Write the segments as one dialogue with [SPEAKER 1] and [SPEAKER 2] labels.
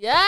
[SPEAKER 1] Yeah.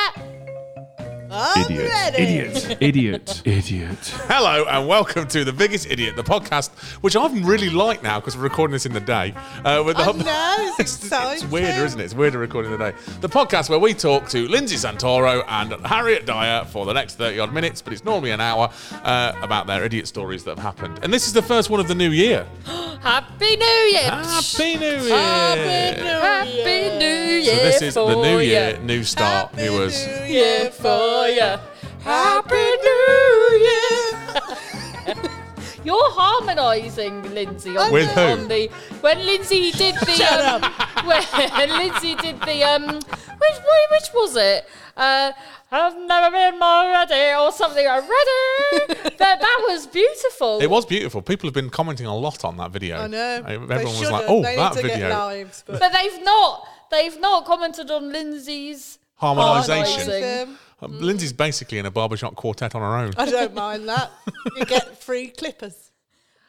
[SPEAKER 1] I'm
[SPEAKER 2] Idiot.
[SPEAKER 1] ready.
[SPEAKER 3] Idiot. Idiot. Idiot.
[SPEAKER 2] Hello and welcome to The Biggest Idiot, the podcast, which I've really liked now because we're recording this in the day. Uh, with the
[SPEAKER 1] I know, it's
[SPEAKER 2] It's
[SPEAKER 1] exciting.
[SPEAKER 2] weirder, isn't it? It's weirder recording in the day. The podcast where we talk to Lindsay Santoro and Harriet Dyer for the next 30 odd minutes, but it's normally an hour, uh, about their idiot stories that have happened. And this is the first one of the new year.
[SPEAKER 1] Happy New Year.
[SPEAKER 2] Happy New Year!
[SPEAKER 1] Happy New Happy New Year.
[SPEAKER 2] so this is the
[SPEAKER 1] for
[SPEAKER 2] new
[SPEAKER 1] ya.
[SPEAKER 2] year, new
[SPEAKER 4] Oh,
[SPEAKER 2] start, new us.
[SPEAKER 1] New Year for ya. Happy New Year. You're harmonising, Lindsay, on,
[SPEAKER 2] With who?
[SPEAKER 1] on the when Lindsay did the um, when Lindsay did the um which which was it? Uh, I've never been more ready or something. I'm ready. that, that was beautiful.
[SPEAKER 2] It was beautiful. People have been commenting a lot on that video.
[SPEAKER 4] I know. They
[SPEAKER 2] Everyone was
[SPEAKER 4] should
[SPEAKER 2] like,
[SPEAKER 4] have.
[SPEAKER 2] "Oh,
[SPEAKER 4] they
[SPEAKER 2] that
[SPEAKER 4] need to
[SPEAKER 2] video."
[SPEAKER 4] Get lives, but
[SPEAKER 1] But they've not they've not commented on Lindsay's
[SPEAKER 2] Harmonisation.
[SPEAKER 1] Harmonising.
[SPEAKER 4] them,
[SPEAKER 2] Um, Lindsay's basically in a barbershop quartet on her own.
[SPEAKER 4] I don't mind that. You get free clippers.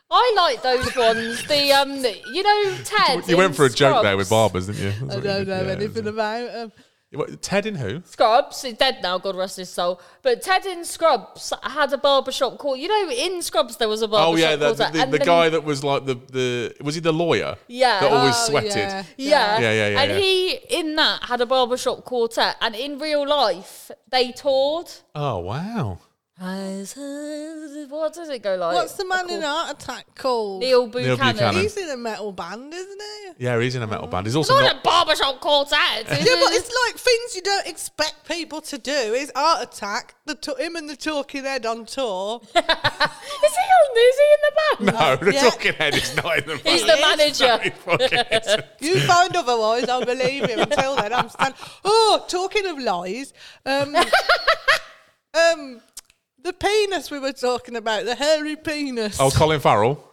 [SPEAKER 1] I like those ones. The um, you know, Ted.
[SPEAKER 2] you went
[SPEAKER 1] in
[SPEAKER 2] for a joke there
[SPEAKER 1] Scrubs.
[SPEAKER 2] with barbers, didn't you?
[SPEAKER 4] I don't know anything about them.
[SPEAKER 2] What, Ted in who?
[SPEAKER 1] Scrubs. He's dead now. God rest his soul. But Ted in Scrubs had a barbershop call. You know, in Scrubs there was a barbershop.
[SPEAKER 2] Oh yeah, the,
[SPEAKER 1] quartet,
[SPEAKER 2] the,
[SPEAKER 1] and
[SPEAKER 2] the
[SPEAKER 1] then-
[SPEAKER 2] guy that was like the, the was he the lawyer?
[SPEAKER 1] Yeah.
[SPEAKER 2] that always
[SPEAKER 4] Oh,
[SPEAKER 2] sweated.
[SPEAKER 4] yeah.
[SPEAKER 1] Yeah.
[SPEAKER 2] Yeah, yeah, yeah,
[SPEAKER 1] And
[SPEAKER 2] yeah.
[SPEAKER 1] he in that had a barbershop quartet, and in real life they toured.
[SPEAKER 2] Oh wow,
[SPEAKER 1] What does it go like?
[SPEAKER 4] What's the man in heart attack called?
[SPEAKER 1] Neil
[SPEAKER 2] Buchanan.
[SPEAKER 1] Buchanan.
[SPEAKER 4] He's in a metal band, isn't he?
[SPEAKER 2] yeah, he's in a metal band. He's
[SPEAKER 1] It's
[SPEAKER 2] also
[SPEAKER 1] not a
[SPEAKER 2] not.
[SPEAKER 1] barbershop quartet.
[SPEAKER 4] Yeah, but it's like things you don't expect people to do. His heart attack, the to- him and the talking head on tour.
[SPEAKER 1] Is he on? Is he in the band?
[SPEAKER 2] No, the
[SPEAKER 4] Yeah.
[SPEAKER 2] talking head is not in the.
[SPEAKER 1] He's the
[SPEAKER 2] band.
[SPEAKER 1] manager.
[SPEAKER 2] He fucking isn't.
[SPEAKER 4] You find otherwise, I'll believe him. Until then, I'm stand. Oh, talking of lies, um, um, the penis we were talking about, the hairy penis.
[SPEAKER 2] oh, Colin Farrell,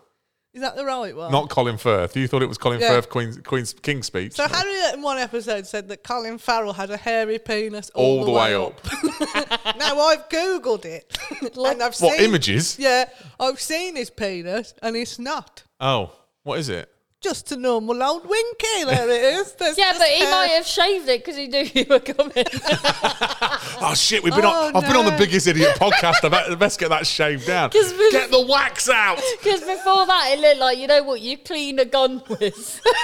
[SPEAKER 4] Is that the right one?
[SPEAKER 2] not Colin Firth. You thought it was Colin
[SPEAKER 4] Yeah.
[SPEAKER 2] Firth, Queen's, Queen's King's Speech.
[SPEAKER 4] So Harriet in one episode said that Colin Farrell had a hairy penis
[SPEAKER 2] all the way up.
[SPEAKER 4] up. now I've googled it, and I've
[SPEAKER 2] What
[SPEAKER 4] seen
[SPEAKER 2] images?
[SPEAKER 4] Yeah, I've seen his penis, and it's not
[SPEAKER 2] Oh, what is it?
[SPEAKER 4] just a normal old winky. There it is. There's
[SPEAKER 1] Yeah,
[SPEAKER 4] just
[SPEAKER 1] but he
[SPEAKER 4] hair.
[SPEAKER 1] might have shaved it because he knew you were coming.
[SPEAKER 2] Oh shit, we've been
[SPEAKER 4] Oh,
[SPEAKER 2] on. I've been on the
[SPEAKER 4] no.
[SPEAKER 2] biggest idiot podcast. I bet, best get that shaved down.
[SPEAKER 1] 'Cause we-
[SPEAKER 2] Get the wax out.
[SPEAKER 1] Because before that, it looked like you know what you clean a gun with.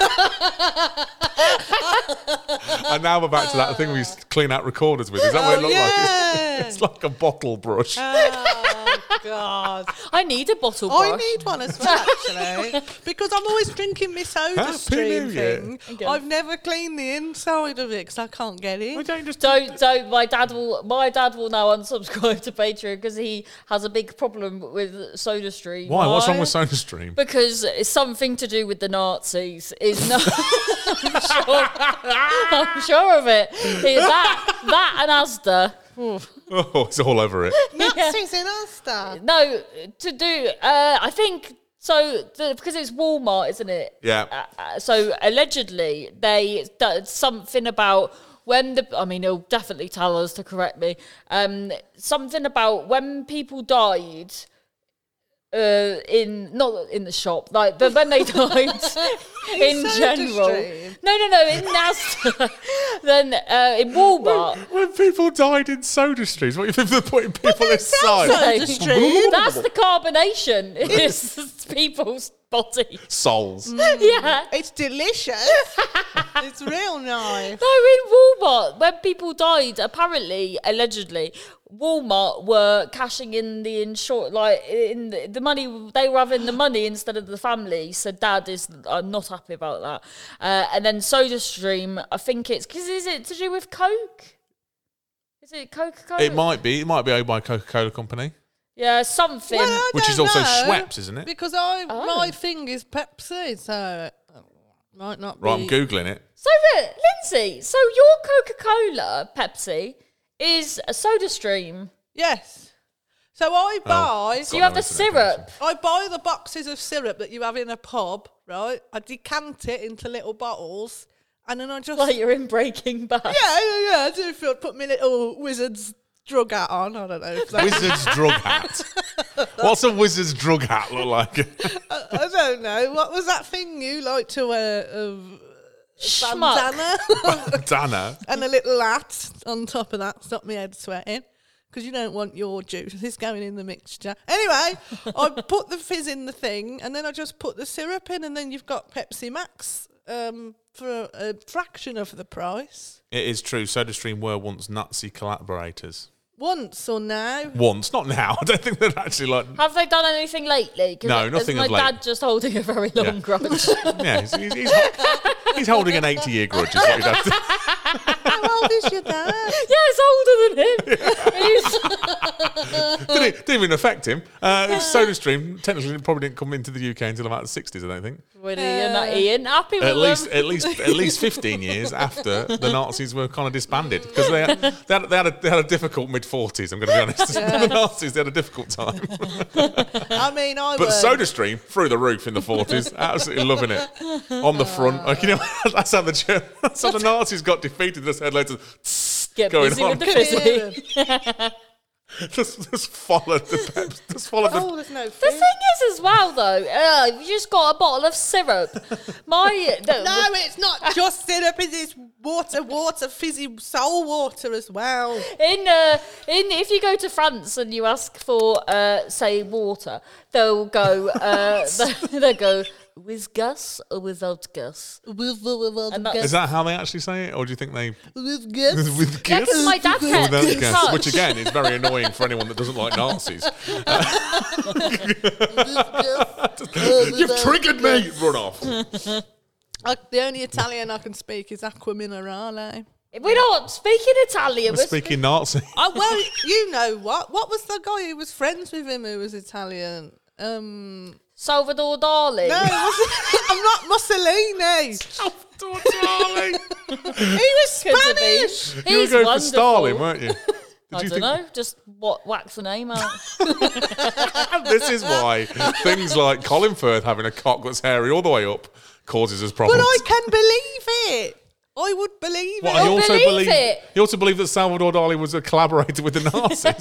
[SPEAKER 2] And now we're back to that thing we used to clean out recorders with. Is that what it
[SPEAKER 4] Oh,
[SPEAKER 2] looked
[SPEAKER 4] yeah. Um,
[SPEAKER 2] like? It's, it's like a bottle brush.
[SPEAKER 4] Oh God.
[SPEAKER 1] I need a bottle brush.
[SPEAKER 4] I need one as well, actually, because I'm always drinking my soda
[SPEAKER 2] Happy
[SPEAKER 4] stream
[SPEAKER 2] New Year.
[SPEAKER 4] thing.
[SPEAKER 1] Okay.
[SPEAKER 4] I've never cleaned the inside of it because I can't get in.
[SPEAKER 2] don't just
[SPEAKER 1] Don't don't. My dad will. My dad will now unsubscribe to Patreon because he has a big problem with SodaStream.
[SPEAKER 2] Why? What's wrong
[SPEAKER 4] Why?
[SPEAKER 2] with SodaStream?
[SPEAKER 1] Because it's something to do with the Nazis is not. I'm, sure, I'm sure of it. It's That that and Asda.
[SPEAKER 2] Oh, it's all over it.
[SPEAKER 4] Nazis in Ulster.
[SPEAKER 1] No, to do. Uh, I think so. The, because it's Walmart, isn't it?
[SPEAKER 2] Yeah.
[SPEAKER 1] Uh, so allegedly, they did something about when the. I mean, he'll definitely tell us to correct me. Um, something about when people died. Uh, in not in the shop, like, but when they died in
[SPEAKER 4] so
[SPEAKER 1] general,
[SPEAKER 4] distraught.
[SPEAKER 1] no, no, no, in Asda, then uh, in Walmart,
[SPEAKER 2] When people died in soda streams, what do you think they're putting people inside?
[SPEAKER 4] so distraught.
[SPEAKER 1] That's the carbonation. It's people's body.
[SPEAKER 2] Souls.
[SPEAKER 1] Yeah.
[SPEAKER 4] It's delicious. it's real nice.
[SPEAKER 1] No, in Walmart, when people died, apparently, allegedly, Walmart were cashing in the insurance, like in the, the money they were having the money instead of the family. So dad is uh, not happy about that. Uh, and then SodaStream, I think it's because is it to do with Coke? Is it Coca Cola?
[SPEAKER 2] It might be. It might be owned by a Coca-Cola company.
[SPEAKER 1] Yeah, something.
[SPEAKER 4] Well, I
[SPEAKER 2] Which is
[SPEAKER 4] don't
[SPEAKER 2] also
[SPEAKER 4] know,
[SPEAKER 2] Schweppes, isn't it?
[SPEAKER 4] Because I
[SPEAKER 1] Oh.
[SPEAKER 4] my thing is Pepsi, so it might not
[SPEAKER 2] Right,
[SPEAKER 4] be.
[SPEAKER 2] I'm googling it.
[SPEAKER 1] So, look, Lindsay, so your Coca Cola Pepsi is a soda stream.
[SPEAKER 4] Yes. So I
[SPEAKER 2] Oh,
[SPEAKER 4] buy.
[SPEAKER 2] God.
[SPEAKER 1] Do you have
[SPEAKER 2] no
[SPEAKER 1] the
[SPEAKER 2] internet
[SPEAKER 1] syrup?
[SPEAKER 4] I buy the boxes of syrup that you have in a pub, right? I decant it into little bottles, and then I just
[SPEAKER 1] Like you're in Breaking Bad.
[SPEAKER 4] yeah, yeah, yeah. I do feel put my little wizard's drug hat on. I don't know. If that,
[SPEAKER 2] Wizard's drug hat. What's a wizard's drug hat look like?
[SPEAKER 4] I don't know. What was that thing you like to wear? Of
[SPEAKER 1] Schmuck.
[SPEAKER 4] bandana
[SPEAKER 2] Dana.
[SPEAKER 4] and a little hat on top of that. Stop my head sweating. Because you don't want your juice. It's going in the mixture. Anyway, I put the fizz in the thing and then I just put the syrup in, and then you've got Pepsi Max um, for a, a fraction of the price.
[SPEAKER 2] It is true. SodaStream were once Nazi collaborators.
[SPEAKER 4] Once or now.
[SPEAKER 2] Once, not now. I don't think they're actually like.
[SPEAKER 1] Have they done anything lately? 'Cause
[SPEAKER 2] No,
[SPEAKER 1] it-
[SPEAKER 2] nothing
[SPEAKER 1] My
[SPEAKER 2] of late.
[SPEAKER 1] dad just holding a very long
[SPEAKER 2] Yeah.
[SPEAKER 1] grudge.
[SPEAKER 2] Yeah, he's, he's, he's, he's holding an 80 year grudge. Is what he'd have to-
[SPEAKER 4] How old is your dad?
[SPEAKER 1] Yeah, it's older than him. He's-
[SPEAKER 2] didn't, it- didn't even affect him. Uh, SodaStream technically probably didn't come into the UK until about the 60s, I don't think.
[SPEAKER 1] Winnie and that Ian, happy with
[SPEAKER 2] At least,
[SPEAKER 1] them.
[SPEAKER 2] at least, at least 15 years after the Nazis were kind of disbanded because they had, they had, they had, a, they had a difficult mid 40s. I'm going to be honest. the Nazis they had a difficult time,
[SPEAKER 4] I mean, I
[SPEAKER 2] but
[SPEAKER 4] was.
[SPEAKER 2] SodaStream through the roof in the 40s, absolutely loving it on the front.
[SPEAKER 1] Ah.
[SPEAKER 2] Like, you know, that's how the Ger- that's how the Nazis got defeated. Just heard loads of tss
[SPEAKER 1] Get
[SPEAKER 2] going
[SPEAKER 1] busy
[SPEAKER 2] on.
[SPEAKER 1] with the fizzy.
[SPEAKER 2] just, just followed the peps, just followed the
[SPEAKER 4] Oh, there's no
[SPEAKER 1] The
[SPEAKER 4] fizz.
[SPEAKER 1] thing is, as well though, uh, you just got a bottle of syrup. My the,
[SPEAKER 4] No, it's not just syrup. It's this water, water, fizzy soul water as well.
[SPEAKER 1] in uh, in if you go to France and you ask for uh, say water, they'll go uh, they- they'll go with gas or without gas.
[SPEAKER 4] With, with, with,
[SPEAKER 1] And that-
[SPEAKER 2] Is that how they actually say it, or do you think they
[SPEAKER 4] with gifts.
[SPEAKER 2] with
[SPEAKER 1] Yeah, 'cause my dad kept
[SPEAKER 2] Without
[SPEAKER 1] in
[SPEAKER 2] gas,
[SPEAKER 1] touch.
[SPEAKER 2] which again is very annoying for anyone that doesn't like Nazis. You've triggered me. Run off.
[SPEAKER 4] I, Uh, the only Italian I can speak is aqua minerale.
[SPEAKER 1] We're not speaking Italian.
[SPEAKER 2] We're
[SPEAKER 1] We're
[SPEAKER 2] speaking Nazi.
[SPEAKER 4] Oh well, you know what? What was the guy who was friends with him who was Italian? Um,
[SPEAKER 1] sp- Salvador Dali.
[SPEAKER 4] no, it wasn't- I'm not Mussolini. He was
[SPEAKER 1] Could have been.
[SPEAKER 4] Spanish.
[SPEAKER 1] He's
[SPEAKER 2] You were going
[SPEAKER 1] wonderful.
[SPEAKER 2] for Stalin, weren't you? Did
[SPEAKER 1] I
[SPEAKER 2] you
[SPEAKER 1] don't know. Just what wax the name out.
[SPEAKER 2] This is why things like Colin Firth having a cock that's hairy all the way up causes us
[SPEAKER 4] But
[SPEAKER 2] problems.
[SPEAKER 4] I can believe it. I would believe
[SPEAKER 2] What,
[SPEAKER 4] it.
[SPEAKER 2] and
[SPEAKER 1] I'll believe it.
[SPEAKER 2] you also believe that Salvador Dali was a collaborator with the Nazis.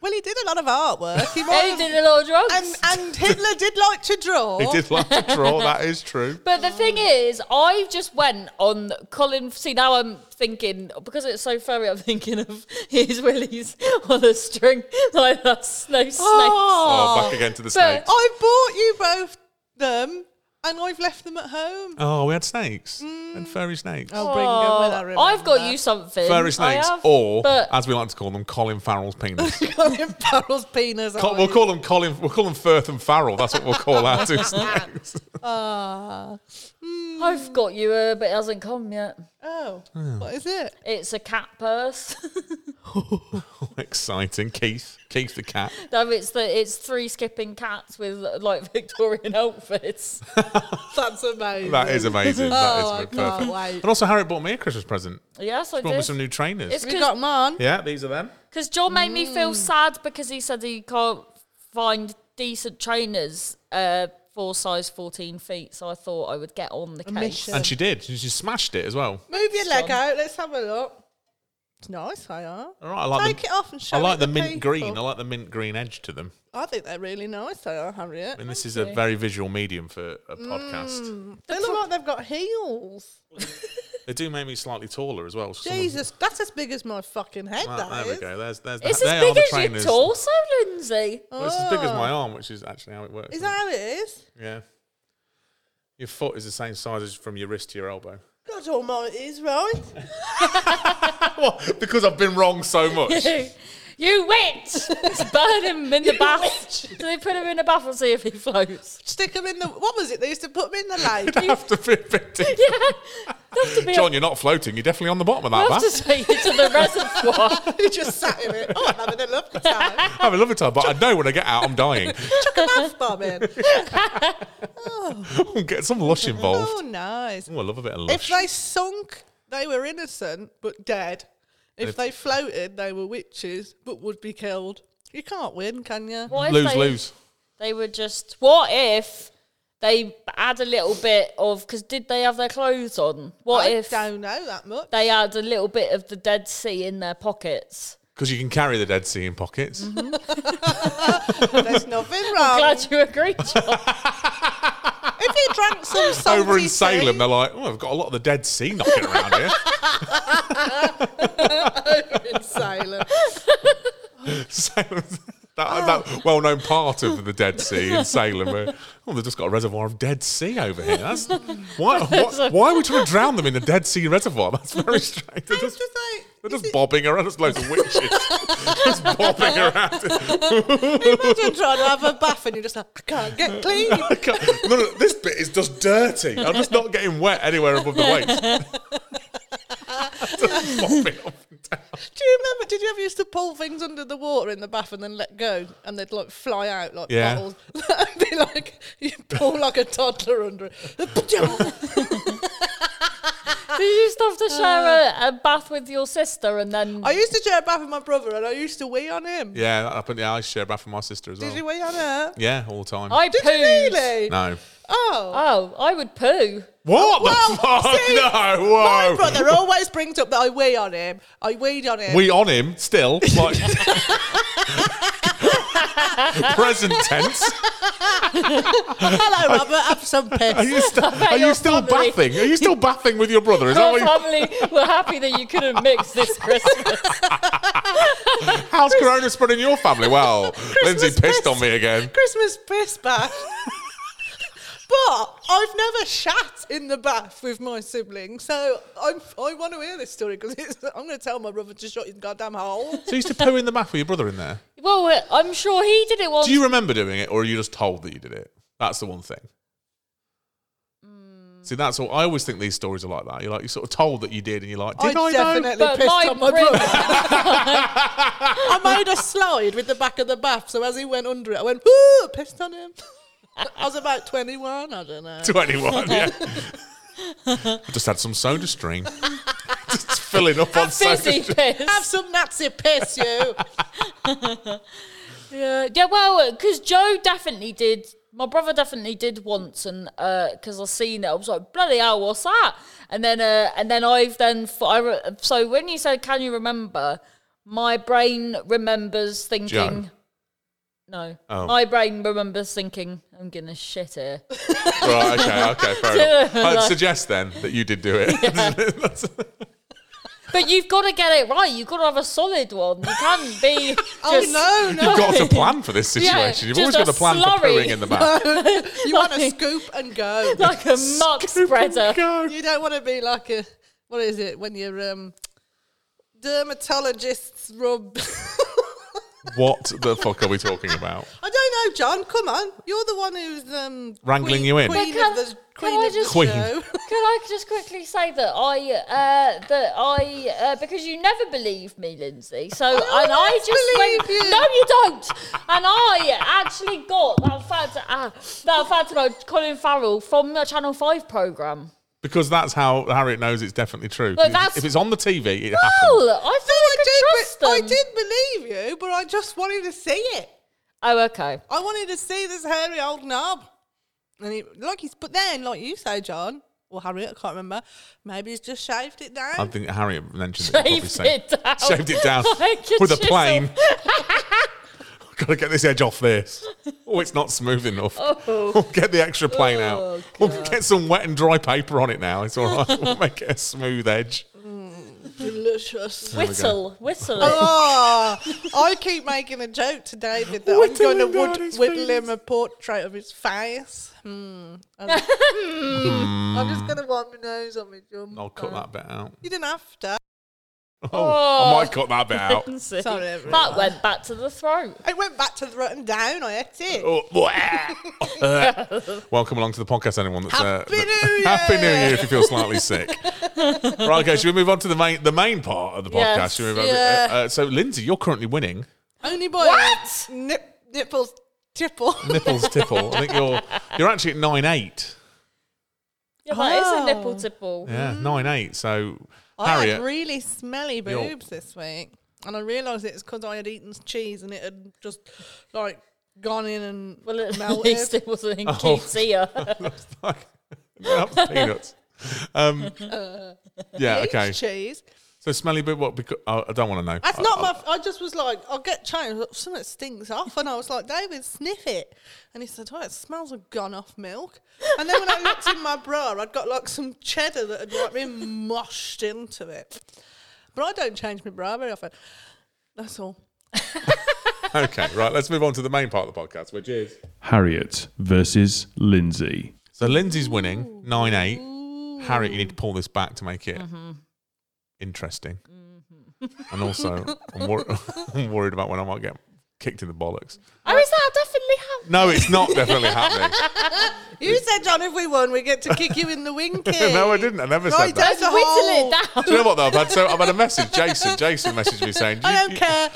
[SPEAKER 4] Well, he did a lot of artwork. He might
[SPEAKER 1] They
[SPEAKER 4] have-
[SPEAKER 1] did a lot of drugs.
[SPEAKER 4] and, and Hitler did like to draw.
[SPEAKER 2] he did like to draw. That is true.
[SPEAKER 1] But the thing
[SPEAKER 4] Oh.
[SPEAKER 1] is, I just went on Colin. See, now I'm thinking because it's so furry. I'm thinking of his willies on a string like that's no snake.
[SPEAKER 2] Oh,
[SPEAKER 4] Oh,
[SPEAKER 2] back again to the
[SPEAKER 1] But-
[SPEAKER 2] snakes.
[SPEAKER 4] I bought you both them, and I've left them at home.
[SPEAKER 2] Oh, we had snakes
[SPEAKER 1] Mm.
[SPEAKER 2] and furry snakes.
[SPEAKER 4] I'll bring them when I remember.
[SPEAKER 1] I've got you something.
[SPEAKER 2] Furry
[SPEAKER 1] Oh, I
[SPEAKER 2] snakes,
[SPEAKER 1] have,
[SPEAKER 2] or
[SPEAKER 1] but
[SPEAKER 2] as we like to call them, Colin Farrell's penis.
[SPEAKER 4] Colin Farrell's penis.
[SPEAKER 2] Col-
[SPEAKER 4] are
[SPEAKER 2] we'll
[SPEAKER 4] you?
[SPEAKER 2] call them Colin. We'll call them Firth and Farrell. That's what we'll call our two snakes.
[SPEAKER 4] Ah.
[SPEAKER 1] I've got you, uh, but it hasn't come yet.
[SPEAKER 4] oh, what is it?
[SPEAKER 1] It's a cat purse.
[SPEAKER 2] Exciting, Keith. Keith the cat.
[SPEAKER 1] no, it's the it's three skipping cats with like Victorian outfits.
[SPEAKER 4] That's amazing.
[SPEAKER 2] That is amazing.
[SPEAKER 4] Oh, I
[SPEAKER 2] that is
[SPEAKER 4] can't
[SPEAKER 2] perfect.
[SPEAKER 4] wait.
[SPEAKER 2] And also, Harriet bought me a Christmas present.
[SPEAKER 1] Yes, I
[SPEAKER 2] Bought me some
[SPEAKER 1] did.
[SPEAKER 2] new trainers.
[SPEAKER 1] It's
[SPEAKER 4] We got mine.
[SPEAKER 2] yeah, these are them.
[SPEAKER 1] Because John made me feel sad because he said he can't find decent trainers uh, for size 14 feet. So I thought I would get on the case.
[SPEAKER 4] mission.
[SPEAKER 2] And she did. She, she smashed it as well.
[SPEAKER 4] Move your leg
[SPEAKER 1] John.
[SPEAKER 4] out. Let's have a look. It's nice, they are.
[SPEAKER 2] All right, I like
[SPEAKER 4] Take
[SPEAKER 2] the,
[SPEAKER 4] it off and show
[SPEAKER 2] I like
[SPEAKER 4] it
[SPEAKER 2] the
[SPEAKER 4] to
[SPEAKER 2] mint
[SPEAKER 4] people.
[SPEAKER 2] green. I like the mint green edge to them.
[SPEAKER 4] I think they're really nice, they are, Harriet.
[SPEAKER 2] And this is a very visual medium for a
[SPEAKER 4] Mm.
[SPEAKER 2] podcast.
[SPEAKER 4] They look like they've got heels.
[SPEAKER 2] They do make me slightly taller as well. so some of-
[SPEAKER 4] Jesus, that's as big as my fucking head,
[SPEAKER 2] Ah,
[SPEAKER 4] that
[SPEAKER 2] there
[SPEAKER 4] is.
[SPEAKER 2] we go. There's, there's
[SPEAKER 1] It's
[SPEAKER 2] the,
[SPEAKER 1] as
[SPEAKER 2] they are
[SPEAKER 1] big
[SPEAKER 2] the
[SPEAKER 1] as
[SPEAKER 2] trainers.
[SPEAKER 1] your torso, Lindsay.
[SPEAKER 2] Well, it's as big as my arm, which is actually how it works.
[SPEAKER 4] Oh. Is
[SPEAKER 2] isn't
[SPEAKER 4] that how it is?
[SPEAKER 2] it? Yeah. Your foot is the same size as from your wrist to your elbow.
[SPEAKER 4] God almighty, is right.
[SPEAKER 2] What? Because I've been wrong so much.
[SPEAKER 1] you witch! Let's burn him in the bath. Do they put him in a bath and see if he floats?
[SPEAKER 4] Stick them in the. What was it? They used to put them in the lake.
[SPEAKER 2] You'd have to be a bit deep.
[SPEAKER 1] Yeah. They have to be
[SPEAKER 2] John, you're not floating. You're definitely on the bottom of that
[SPEAKER 1] I have to
[SPEAKER 2] bath.
[SPEAKER 1] take you to the reservoir.
[SPEAKER 4] you just sat in it. Oh, I'm having a lovely time.
[SPEAKER 2] Have a lovely time, but I know when I get out, I'm dying.
[SPEAKER 4] Chuck a bath bomb in.
[SPEAKER 2] get some lush involved.
[SPEAKER 4] Oh, nice.
[SPEAKER 2] Oh, I love a bit of
[SPEAKER 4] If
[SPEAKER 2] lush.
[SPEAKER 4] they sunk, they were innocent but dead. If,
[SPEAKER 2] If-
[SPEAKER 4] they floated, they were witches but would be killed. You can't win, can you?
[SPEAKER 1] What if
[SPEAKER 2] lose,
[SPEAKER 1] they-
[SPEAKER 2] lose.
[SPEAKER 1] They were just. What if they had a little bit of? Because did they have their clothes on? What
[SPEAKER 4] I
[SPEAKER 1] if
[SPEAKER 4] don't know that much.
[SPEAKER 1] they had a little bit of the Dead Sea in their pockets?
[SPEAKER 2] Because you can carry the Dead Sea in pockets.
[SPEAKER 1] Oh.
[SPEAKER 4] There's nothing wrong.
[SPEAKER 1] Glad you agree, John.
[SPEAKER 4] if you drank some salty
[SPEAKER 2] Over in
[SPEAKER 4] tea-
[SPEAKER 2] Salem, they're like, oh, I've got a lot of the Dead Sea knocking around here.
[SPEAKER 4] in Salem.
[SPEAKER 2] Salem, that, that well-known part of the Dead Sea in Salem. Where, oh, they've just got a reservoir of Dead Sea over here. That's why. why, why are we trying to drown them in the Dead Sea reservoir? That's very strange. They're
[SPEAKER 4] It's
[SPEAKER 2] just,
[SPEAKER 4] just like
[SPEAKER 2] they're just bobbing around. There's loads of witches just bobbing around.
[SPEAKER 4] imagine trying to have a bath and you're just like, I can't get clean.
[SPEAKER 2] I can't- no, no, this bit is just dirty. I'm just not getting wet anywhere above the waist. just bobbing up and down.
[SPEAKER 4] Do you remember? Did you ever used to pull things under the water in the bath and then let go, and they'd like fly out like
[SPEAKER 2] Yeah.
[SPEAKER 4] bottles? That'd be like you pull like a toddler under it.
[SPEAKER 1] Did you used to have to share a, a bath with your sister and then
[SPEAKER 4] I used to share a bath with my brother, and I used to wee on him.
[SPEAKER 2] Yeah, that happened. Yeah, I share a bath with my sister as well.
[SPEAKER 4] Did you wee on her?
[SPEAKER 2] yeah, all the time.
[SPEAKER 1] I
[SPEAKER 4] Did
[SPEAKER 1] pooed.
[SPEAKER 4] you really?
[SPEAKER 2] no.
[SPEAKER 4] Oh.
[SPEAKER 1] Oh, I would poo.
[SPEAKER 2] What the
[SPEAKER 4] Well,
[SPEAKER 2] fuck?
[SPEAKER 4] see,
[SPEAKER 2] no, whoa.
[SPEAKER 4] My brother always brings up that I wee on him. I weed on him.
[SPEAKER 2] We on him still. Like, present tense.
[SPEAKER 4] Hello, Robert. Have some
[SPEAKER 2] Are
[SPEAKER 4] piss.
[SPEAKER 2] you, st- are you
[SPEAKER 1] your
[SPEAKER 2] still
[SPEAKER 1] family.
[SPEAKER 2] bathing? Are you still bathing with your brother? Is that
[SPEAKER 1] Her
[SPEAKER 2] what you-
[SPEAKER 1] family were happy that you couldn't mix this Christmas.
[SPEAKER 2] how's Corona spreading in your family? Well, Lindsay
[SPEAKER 4] Christmas
[SPEAKER 2] pissed on
[SPEAKER 4] piss.
[SPEAKER 2] me again.
[SPEAKER 4] Christmas piss bath. but I've never shat in the bath with my sibling, so I'm, I want to hear this story because I'm going to tell my brother to shut his goddamn hole.
[SPEAKER 2] So you used to poo in the bath with your brother in there.
[SPEAKER 1] Well, uh, I'm sure he did it once.
[SPEAKER 2] Do you remember doing it, or are you just told that you did it? That's the one thing.
[SPEAKER 1] Mm.
[SPEAKER 2] See, that's all. I always think these stories are like that. You're like, you're sort of told that you did, and you're like, did I,
[SPEAKER 4] I
[SPEAKER 2] know?
[SPEAKER 4] definitely
[SPEAKER 1] but
[SPEAKER 4] pissed
[SPEAKER 1] my
[SPEAKER 4] on my
[SPEAKER 1] brim-
[SPEAKER 4] brother. I made a slide with the back of the bath, so as he went under it, I went, ooh, pissed on him. I was about 21, I don't know.
[SPEAKER 2] 21, yeah. I just had some soda stream. just filling up on soda
[SPEAKER 1] fizzy
[SPEAKER 2] stream.
[SPEAKER 4] Have
[SPEAKER 1] piss.
[SPEAKER 4] some Nazi piss, you.
[SPEAKER 1] Yeah, yeah. Well, because Joe definitely did. My brother definitely did once, and because I seen it, I was like, "Bloody hell, what's that?" And then, uh, and then I've then. f I re- so when you said, "Can you remember?" My brain remembers thinking. No,
[SPEAKER 2] Oh.
[SPEAKER 1] my brain remembers thinking, "I'm gonna shit here."
[SPEAKER 2] Right, okay, okay, fair enough. I'd suggest then that you did do it. That's-
[SPEAKER 1] But you've got to get it right. You've got to have a solid one. You can't be.
[SPEAKER 4] oh,
[SPEAKER 1] just,
[SPEAKER 4] no, no.
[SPEAKER 2] You've got to plan for this situation.
[SPEAKER 1] Yeah,
[SPEAKER 2] You've
[SPEAKER 1] just
[SPEAKER 2] always got
[SPEAKER 1] a
[SPEAKER 2] a plan for
[SPEAKER 1] slurry.
[SPEAKER 2] pooing in the bath.
[SPEAKER 4] You want to scoop and go.
[SPEAKER 1] Like a muck
[SPEAKER 2] Oh
[SPEAKER 1] spreader.
[SPEAKER 2] Go.
[SPEAKER 4] You don't want to be like a what is it when you're um dermatologists rub.
[SPEAKER 2] What the fuck are we talking about?
[SPEAKER 4] I don't know, John. Come on, you're the one who's um
[SPEAKER 2] Wrangling
[SPEAKER 4] queen-
[SPEAKER 2] you in.
[SPEAKER 4] Queen
[SPEAKER 1] But
[SPEAKER 4] of
[SPEAKER 1] can-
[SPEAKER 4] the
[SPEAKER 1] can
[SPEAKER 4] queen
[SPEAKER 1] I
[SPEAKER 4] of the
[SPEAKER 1] just-
[SPEAKER 2] Queen.
[SPEAKER 4] show.
[SPEAKER 1] Could I just quickly say that I uh, that I uh, because you never believe me, Lindsay. So and I
[SPEAKER 4] always
[SPEAKER 1] just went,
[SPEAKER 4] believe you.
[SPEAKER 1] no, you don't. And I actually got that fact uh, that fact about Colin Farrell from the Channel Five program.
[SPEAKER 2] Because that's how Harriet knows it's definitely true.
[SPEAKER 1] But that's-
[SPEAKER 2] if it's on the TV, it
[SPEAKER 1] Oh,
[SPEAKER 2] happened.
[SPEAKER 1] I
[SPEAKER 4] No,
[SPEAKER 1] thought I could
[SPEAKER 4] I,
[SPEAKER 1] trust
[SPEAKER 4] did, be-
[SPEAKER 1] them.
[SPEAKER 4] I did believe you, but I just wanted to see it.
[SPEAKER 1] Oh, okay.
[SPEAKER 4] I wanted to see this hairy old knob, and he, like he's. But then, like you say, John or Harriet, I can't remember. Maybe he's just shaved it down.
[SPEAKER 2] I think Harriet mentioned it. probably
[SPEAKER 1] Shaved
[SPEAKER 2] saying-
[SPEAKER 1] it down.
[SPEAKER 2] Shaved it down
[SPEAKER 1] Like a
[SPEAKER 2] with a
[SPEAKER 1] chisel.
[SPEAKER 2] plane. Got to get this edge off this. Oh, it's not smooth enough.
[SPEAKER 1] Oh.
[SPEAKER 2] get the extra plane out. We'll get some wet and dry paper on it now. It's all right. we'll make it a smooth edge.
[SPEAKER 4] Delicious.
[SPEAKER 1] Whistle, whistle. it.
[SPEAKER 4] Oh, I keep making a joke to David that
[SPEAKER 2] Whittle
[SPEAKER 4] I'm going to
[SPEAKER 2] him down
[SPEAKER 4] wood-
[SPEAKER 2] his
[SPEAKER 4] whittle him
[SPEAKER 2] face.
[SPEAKER 4] a portrait of his face. Hmm. I'm,
[SPEAKER 2] Hmm.
[SPEAKER 4] I'm just going to wipe my nose on my jump.
[SPEAKER 2] I'll cut that bit out.
[SPEAKER 4] You didn't have to.
[SPEAKER 2] Oh,
[SPEAKER 1] Oh.
[SPEAKER 2] I might cut that bit out.
[SPEAKER 1] Lindsay.
[SPEAKER 4] Sorry,
[SPEAKER 1] that
[SPEAKER 4] everyone.
[SPEAKER 1] went back to the throat.
[SPEAKER 4] I went back to the rotten down. I ate it.
[SPEAKER 2] Oh, bleh. Welcome along to the podcast, anyone. That's, uh,
[SPEAKER 4] Happy
[SPEAKER 2] that-
[SPEAKER 4] New Year!
[SPEAKER 2] Happy New Year if you feel slightly sick. right, okay, should we move on to the main the main part of the podcast?
[SPEAKER 1] Yes.
[SPEAKER 2] Should we move on to-
[SPEAKER 4] Yeah.
[SPEAKER 2] uh, uh, so, Lindsay, you're currently winning.
[SPEAKER 4] Only by
[SPEAKER 1] What?
[SPEAKER 4] Nip- nipples tipple.
[SPEAKER 2] Nipples tipple. I think you're you're actually at nine eight.
[SPEAKER 1] Yeah, but it's a
[SPEAKER 4] Oh.
[SPEAKER 1] nipple tipple.
[SPEAKER 2] Yeah, nine eight. So
[SPEAKER 4] Mm. I had
[SPEAKER 2] Harriet,
[SPEAKER 4] really smelly
[SPEAKER 2] You're-
[SPEAKER 4] boobs this week. And I realised it's because I had eaten cheese and it had just like gone in and
[SPEAKER 1] Well, at
[SPEAKER 4] melted.
[SPEAKER 1] least it wasn't in uh.
[SPEAKER 2] Oh.
[SPEAKER 1] QC.
[SPEAKER 2] looks like that was peanuts. Um, yeah, okay.
[SPEAKER 4] Cheese.
[SPEAKER 2] So smelly bit. What? Because oh, I don't want to know.
[SPEAKER 4] That's
[SPEAKER 2] I-
[SPEAKER 4] not
[SPEAKER 2] I-
[SPEAKER 4] my. f- I just was like, I'll get changed. Like, Something stinks off, and I was like, David, sniff it. And he said, Oh, it smells of gone off milk. And then when I looked in my bra, I'd got like some cheddar that had like been moshed into it. But I don't change my bra very often. That's all.
[SPEAKER 2] Okay, right. Let's move on to the main part of the podcast, which is
[SPEAKER 3] Harriet versus Lindsay.
[SPEAKER 2] so Lindsay's winning nine eight. Harriet, you need to pull this back to make it interesting. And also, I'm, wor- I'm worried about when I might get kicked in the bollocks.
[SPEAKER 1] Oh, is that definitely happening?
[SPEAKER 2] No, it's not definitely happening.
[SPEAKER 4] You said, John, if we won, we get to kick you in the winky.
[SPEAKER 2] no, I didn't. I never
[SPEAKER 4] Right,
[SPEAKER 2] said that.
[SPEAKER 4] don't
[SPEAKER 1] Let's whittle it down.
[SPEAKER 2] Do you know what though? I've had so I've had a message. Jason, Jason messaged me saying,
[SPEAKER 4] I
[SPEAKER 2] you-
[SPEAKER 4] don't care.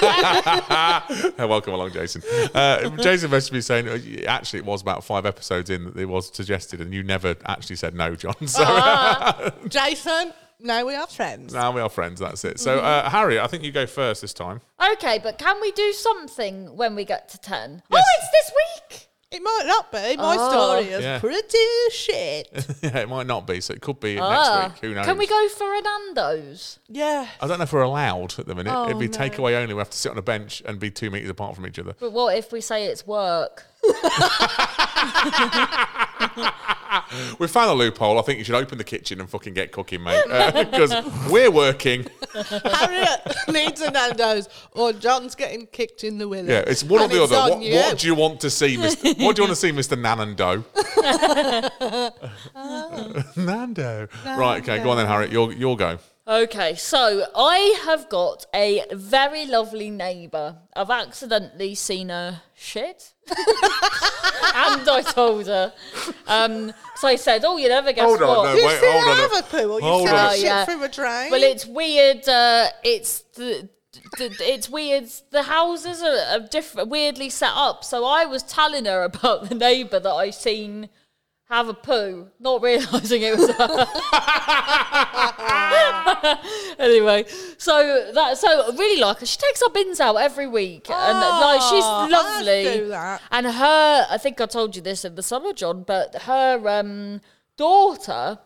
[SPEAKER 2] Hey, welcome along, Jason. Uh, Jason messaged me saying, uh, y- actually, it was about five episodes in that it was suggested, and you never actually said no, John. So
[SPEAKER 4] Jason, now we are friends.
[SPEAKER 2] now we are friends. That's it. So, uh, Harry, I think you go first this time.
[SPEAKER 1] Okay, but can we do something when we get to 10?
[SPEAKER 2] Yes.
[SPEAKER 1] Oh, it's this week.
[SPEAKER 4] It might not be. My
[SPEAKER 1] Oh.
[SPEAKER 4] story is
[SPEAKER 2] Yeah.
[SPEAKER 4] pretty shit.
[SPEAKER 2] yeah, it might not be, so it could be
[SPEAKER 1] Ah.
[SPEAKER 2] next week. Who knows?
[SPEAKER 1] Can we go for Fernando's?
[SPEAKER 4] yeah.
[SPEAKER 2] I don't know if we're allowed at the minute.
[SPEAKER 4] Oh,
[SPEAKER 2] It'd be
[SPEAKER 4] no.
[SPEAKER 2] takeaway only. We have to sit on a bench and be two meters apart from each other.
[SPEAKER 1] But what if we say it's work?
[SPEAKER 2] We found a loophole. I think you should open the kitchen and fucking get cooking, mate, because we're working.
[SPEAKER 4] Harriet needs a Nando's, or John's getting kicked in the willy.
[SPEAKER 2] Yeah, it's one
[SPEAKER 4] And
[SPEAKER 2] or the
[SPEAKER 4] it's
[SPEAKER 2] other.
[SPEAKER 4] on
[SPEAKER 2] What,
[SPEAKER 4] you.
[SPEAKER 2] what do you want to see, Mr. what do you want to see, Mr. Nanando? Nando. Right, okay, go on then, Harriet. You'll you'll go.
[SPEAKER 1] Okay, so I have got a very lovely neighbour. I've accidentally seen her shit. and I told her. Um, so I said, Oh, you never guess
[SPEAKER 2] Hold on,
[SPEAKER 1] what?
[SPEAKER 2] no,
[SPEAKER 4] You've
[SPEAKER 2] Wait,
[SPEAKER 4] seen
[SPEAKER 2] hold on
[SPEAKER 4] her
[SPEAKER 2] a-
[SPEAKER 4] have a poo, or
[SPEAKER 2] hold
[SPEAKER 4] you've seen
[SPEAKER 2] on
[SPEAKER 4] her
[SPEAKER 1] a-
[SPEAKER 4] shit
[SPEAKER 1] Yeah.
[SPEAKER 4] through a drain.
[SPEAKER 1] Well, it's weird. Uh, it's the. the- It's weird. The houses are, are different, weirdly set up. So I was telling her about the neighbour that I seen have a poo, not realising it was her. anyway, so that so I really like her. She takes our bins out every week, and like
[SPEAKER 4] Aw, I'd
[SPEAKER 1] she's lovely.
[SPEAKER 4] Oh, do that.
[SPEAKER 1] And her, I think I told you this in the summer, John, but her um, daughter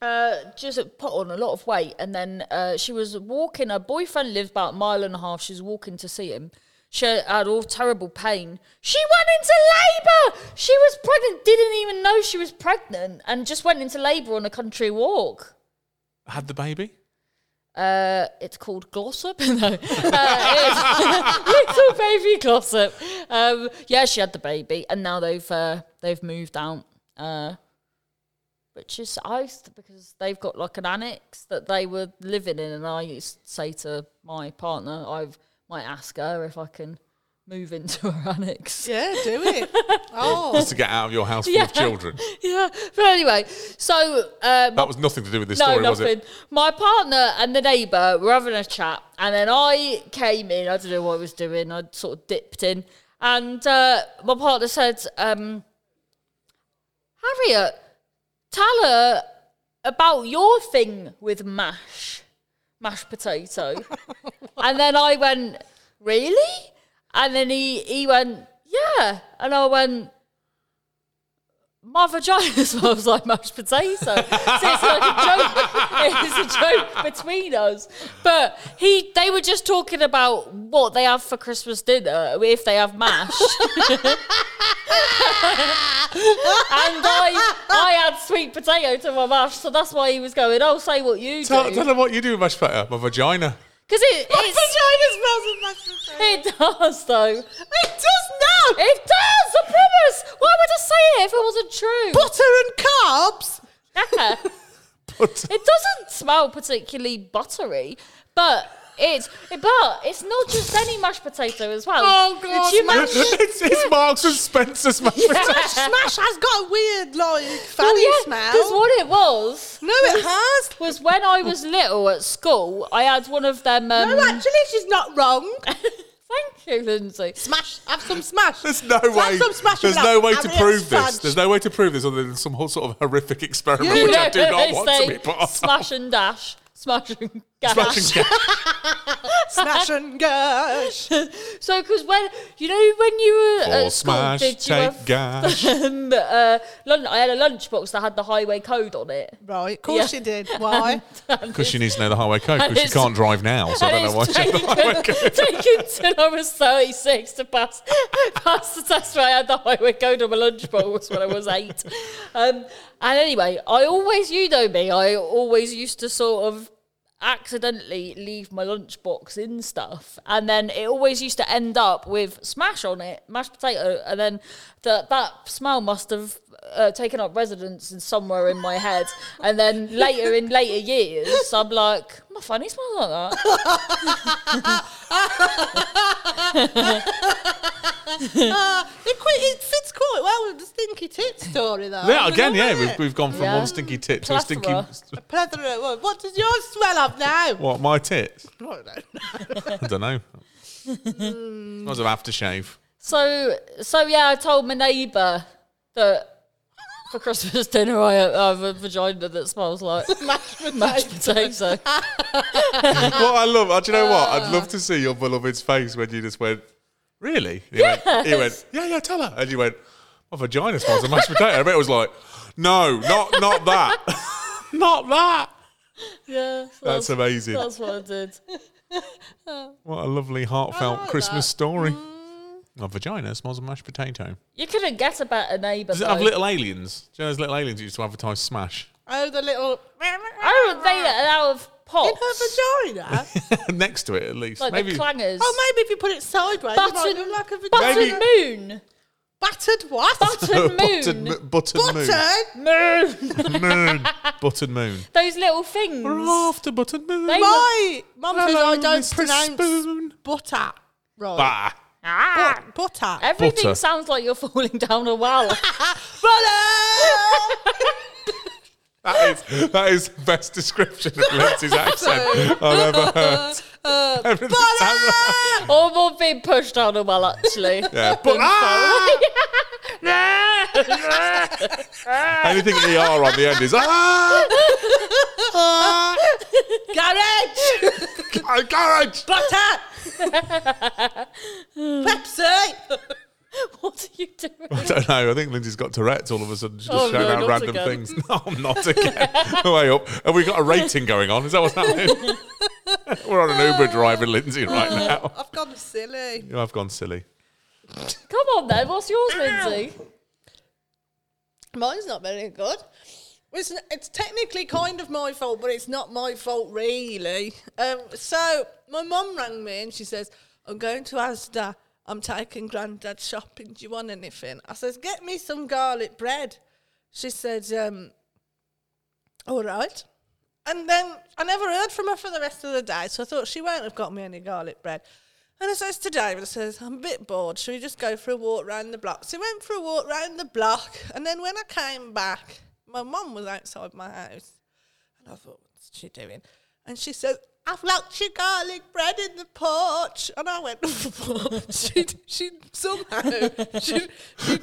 [SPEAKER 1] uh, just put on a lot of weight, and then uh, she was walking. Her boyfriend lived about a mile and a half. She was walking to see him. She had all terrible pain. She went into labour. She was pregnant. Didn't even know she was pregnant, and just went into labour on a country walk.
[SPEAKER 2] Had the baby?
[SPEAKER 1] Uh, it's called Glossop. no, uh, it's little baby Glossop. Um, yeah, she had the baby, and now they've uh, they've moved out, uh, which is iced because they've got like an annex that they were living in, and I used to say to my partner, I might ask her if I can move into her annex.
[SPEAKER 4] yeah, do it. Oh,
[SPEAKER 2] Just to get out of your house full of children.
[SPEAKER 1] Yeah, but anyway, so uh,
[SPEAKER 2] That was nothing to do with this
[SPEAKER 1] no,
[SPEAKER 2] story, was
[SPEAKER 1] nothing.
[SPEAKER 2] it?
[SPEAKER 1] My partner and the neighbour were having a chat, and then I came in. I don't know what I was doing. I sort of dipped in, and uh, my partner said, um, "Harriet, tell her about your thing with mash, mashed potato." and then I went, "Really?" And then he he went, "Yeah," and I went my vagina smells like mashed potato. so it's like a joke. It's a joke between us. But he, they were just talking about what they have for Christmas dinner if they have mash. and I, I had sweet potato to my mash, so that's why he was going. Oh, say what you
[SPEAKER 2] Tell,
[SPEAKER 1] do
[SPEAKER 2] tell her what you do, much better. My vagina.
[SPEAKER 1] because it, it's,
[SPEAKER 4] vagina smells of mashed
[SPEAKER 1] it does though.
[SPEAKER 4] It does now.
[SPEAKER 1] It does. I promise. Why would I say it if it wasn't true?
[SPEAKER 4] Butter and carbs.
[SPEAKER 1] Yeah.
[SPEAKER 2] But
[SPEAKER 1] It doesn't smell particularly buttery, but it's but it's not just any mashed potato as well.
[SPEAKER 4] Oh, God,
[SPEAKER 1] She
[SPEAKER 4] mashed-
[SPEAKER 1] mashed-
[SPEAKER 2] it's, it's Marks and Spencer's mashed potato.
[SPEAKER 4] Smash, smash has got a weird like fanny
[SPEAKER 1] Oh, yeah, because
[SPEAKER 4] smell.
[SPEAKER 1] what it was
[SPEAKER 4] no, it has.
[SPEAKER 1] was when I was little at school, I had one of them. Um,
[SPEAKER 4] No, actually, she's not wrong.
[SPEAKER 1] thank you, Lindsay.
[SPEAKER 4] Smash, have some smash.
[SPEAKER 2] There's no
[SPEAKER 4] Have
[SPEAKER 2] way.
[SPEAKER 4] some smash
[SPEAKER 2] There's
[SPEAKER 4] without
[SPEAKER 2] no way to
[SPEAKER 4] Harriet's
[SPEAKER 2] prove this.
[SPEAKER 4] fudge.
[SPEAKER 2] There's no way to prove this other than some whole sort of horrific experiment,
[SPEAKER 4] You
[SPEAKER 2] which I do
[SPEAKER 1] They
[SPEAKER 2] not want
[SPEAKER 1] say
[SPEAKER 2] to be part of.
[SPEAKER 1] Smash and dash, smash and dash.
[SPEAKER 2] Smash and
[SPEAKER 4] Smash and gush.
[SPEAKER 1] So, because when you know when you were
[SPEAKER 2] Or
[SPEAKER 1] at school,
[SPEAKER 2] smash,
[SPEAKER 1] did you
[SPEAKER 2] take
[SPEAKER 1] have
[SPEAKER 2] gash.
[SPEAKER 1] um, uh, lunch? I had a lunchbox that had the highway code on it.
[SPEAKER 4] Right, of course
[SPEAKER 1] Yeah.
[SPEAKER 4] you did. Why?
[SPEAKER 2] Because she needs to know the highway code
[SPEAKER 1] And
[SPEAKER 2] because she
[SPEAKER 1] it's-
[SPEAKER 2] can't drive now, so I don't know why. She,
[SPEAKER 1] why. Taken till I was thirty six to pass pass the test. Where I had the highway code on my lunchbox when I was eight. Um, and anyway, I always, you know me, I always used to sort of accidentally leave my lunchbox in stuff and then it always used to end up with smash on it mashed potato and then that that smell must have uh, taken up residence in somewhere in my head and then later in later years i'm like my funny smells like that
[SPEAKER 4] Uh, It, quite, it fits quite well with the stinky tit story, though.
[SPEAKER 2] yeah, again,
[SPEAKER 4] Doesn't
[SPEAKER 2] yeah,
[SPEAKER 4] it?
[SPEAKER 2] we've, we've gone from
[SPEAKER 1] Yeah.
[SPEAKER 2] one stinky tit to a stinky.
[SPEAKER 1] Plethora.
[SPEAKER 4] A plethora. What, what does yours smell of now?
[SPEAKER 2] What, my tits?
[SPEAKER 4] I don't know.
[SPEAKER 2] I don't know. Smells of aftershave.
[SPEAKER 1] so so yeah i told my neighbour that for Christmas dinner, I have a vagina that smells like mashed potato.
[SPEAKER 2] Well, I love. uh, Do you know what? I'd love to see your beloved's face when you just went, really? He, went, he went, yeah, yeah, tell her. And you went, my vagina smells of mashed potato. I bet it was like, no, not not that, not that.
[SPEAKER 1] yeah, so
[SPEAKER 2] That's amazing.
[SPEAKER 1] That's what I did.
[SPEAKER 2] What a lovely, heartfelt Christmas story. My vagina smells of mashed potato.
[SPEAKER 1] You couldn't get a better neighbour.
[SPEAKER 2] Does it have
[SPEAKER 1] though.
[SPEAKER 2] little aliens? Do you know those little aliens that used to advertise Smash?
[SPEAKER 4] Oh, the little.
[SPEAKER 1] I don't think that out of pots.
[SPEAKER 4] In her vagina?
[SPEAKER 2] Next to it, at least.
[SPEAKER 1] like
[SPEAKER 2] Maybe.
[SPEAKER 1] the clangers.
[SPEAKER 4] oh, maybe if you put it sideways, it might
[SPEAKER 1] Button,
[SPEAKER 4] look like a vagina.
[SPEAKER 1] button
[SPEAKER 2] Maybe-
[SPEAKER 1] moon.
[SPEAKER 4] Buttered what?
[SPEAKER 1] Button
[SPEAKER 2] button,
[SPEAKER 1] moon.
[SPEAKER 2] mo- button moon.
[SPEAKER 4] Buttered?
[SPEAKER 1] Moon.
[SPEAKER 2] moon. Button moon.
[SPEAKER 1] Those little things.
[SPEAKER 2] We're after button moon.
[SPEAKER 1] They-
[SPEAKER 4] My mum says
[SPEAKER 2] Hello,
[SPEAKER 4] I don't
[SPEAKER 2] Mr.
[SPEAKER 4] pronounce
[SPEAKER 2] Spoon.
[SPEAKER 4] butter. Right.
[SPEAKER 2] Bah.
[SPEAKER 1] Ah.
[SPEAKER 4] But- butter.
[SPEAKER 1] Everything
[SPEAKER 2] Butter.
[SPEAKER 1] sounds like you're falling down a well.
[SPEAKER 4] Butter!
[SPEAKER 2] That is, that is the best description of Lindsay's accent I've
[SPEAKER 1] uh,
[SPEAKER 2] ever heard. Everything sounds
[SPEAKER 1] or more being pushed down a well, actually.
[SPEAKER 2] yeah, but ah! Anything ER on the end is ah! ah!
[SPEAKER 4] Garage!
[SPEAKER 2] Gar- Garage!
[SPEAKER 4] Butter! Pepsi!
[SPEAKER 1] What are you doing?
[SPEAKER 2] I don't know. I think Lindsay's got Tourette's all of a sudden. She's just
[SPEAKER 1] Oh,
[SPEAKER 2] shouting
[SPEAKER 1] no,
[SPEAKER 2] out
[SPEAKER 1] not
[SPEAKER 2] random
[SPEAKER 1] again.
[SPEAKER 2] things. No, I'm not again. Way up. Have we got a rating going on? Is that what's happening? We're on an Uber driving Lindsay right
[SPEAKER 1] Uh.
[SPEAKER 2] now.
[SPEAKER 4] I've gone silly.
[SPEAKER 2] You know, I've gone silly.
[SPEAKER 1] Come on then, what's yours, Lindsay?
[SPEAKER 4] Mine's not very good. It's, it's technically kind of my fault, but it's not my fault really. Um, so my mum rang me and she says, "I'm going to Asda. I'm taking Grandad shopping. Do you want anything?" I says, "Get me some garlic bread." She said, um, "All right." And then I never heard from her for the rest of the day, so I thought she won't have got me any garlic bread. And I says to David, I says, I'm a bit bored. Should we just go for a walk round the block? So we went for a walk round the block. And then when I came back, my mum was outside my house. And I thought, what's she doing? And she says, I've locked your garlic bread in the porch. And I went, what? she'd, she'd somehow, she'd, she'd,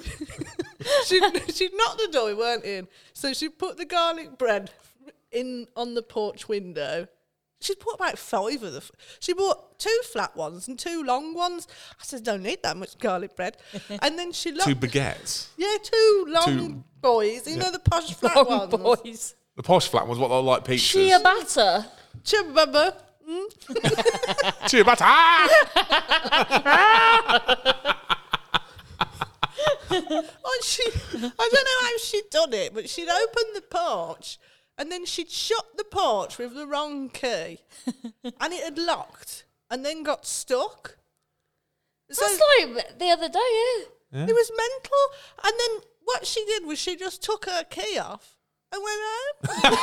[SPEAKER 4] she'd, she'd knocked the door, we weren't in. So she put the garlic bread in on the porch window. She'd bought about five of the. F- she bought two flat ones and two long ones. I said, don't need that much garlic bread. and then she looked.
[SPEAKER 2] Two baguettes.
[SPEAKER 4] yeah, two long
[SPEAKER 2] Two-
[SPEAKER 4] boys. You know the posh flat
[SPEAKER 1] Oh,
[SPEAKER 4] ones.
[SPEAKER 1] boys.
[SPEAKER 2] The posh flat ones, what they like pizzas.
[SPEAKER 1] Ciabatta.
[SPEAKER 4] Chibbubba.
[SPEAKER 2] Ciabatta. Ah!
[SPEAKER 4] Oh, she, I don't know how she'd done it, but she'd opened the porch and then she'd shut the porch with the wrong key and it had locked and then got stuck. So
[SPEAKER 1] That's like the other day, eh? yeah.
[SPEAKER 4] it was mental. And then what she did was she just took her key off and went home.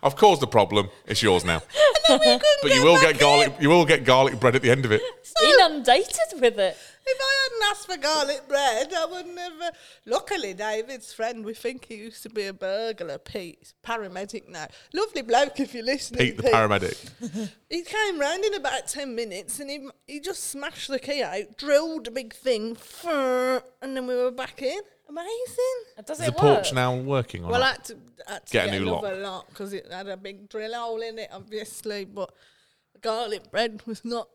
[SPEAKER 2] I've caused a problem. It's yours now.
[SPEAKER 4] And then we couldn't
[SPEAKER 2] But you will
[SPEAKER 4] back
[SPEAKER 2] get garlic. You will get garlic bread at the end of it.
[SPEAKER 1] Inundated with it.
[SPEAKER 4] If I hadn't asked for garlic bread, I wouldn't have. Uh, luckily, David's friend, we think he used to be a burglar, Pete, he's a paramedic now. Lovely bloke, if you're listening.
[SPEAKER 2] Pete the paramedic.
[SPEAKER 4] He came round in about 10 minutes and he, he just smashed the key out, drilled a big thing, and then we were back in. Amazing.
[SPEAKER 1] Does
[SPEAKER 2] Is the
[SPEAKER 1] it work?
[SPEAKER 2] porch now working on
[SPEAKER 4] Well, I
[SPEAKER 2] it?
[SPEAKER 4] had to, I had to
[SPEAKER 2] Get
[SPEAKER 4] get,
[SPEAKER 2] a new lock.
[SPEAKER 4] another lock because it had a big drill hole in it, obviously. But garlic bread was not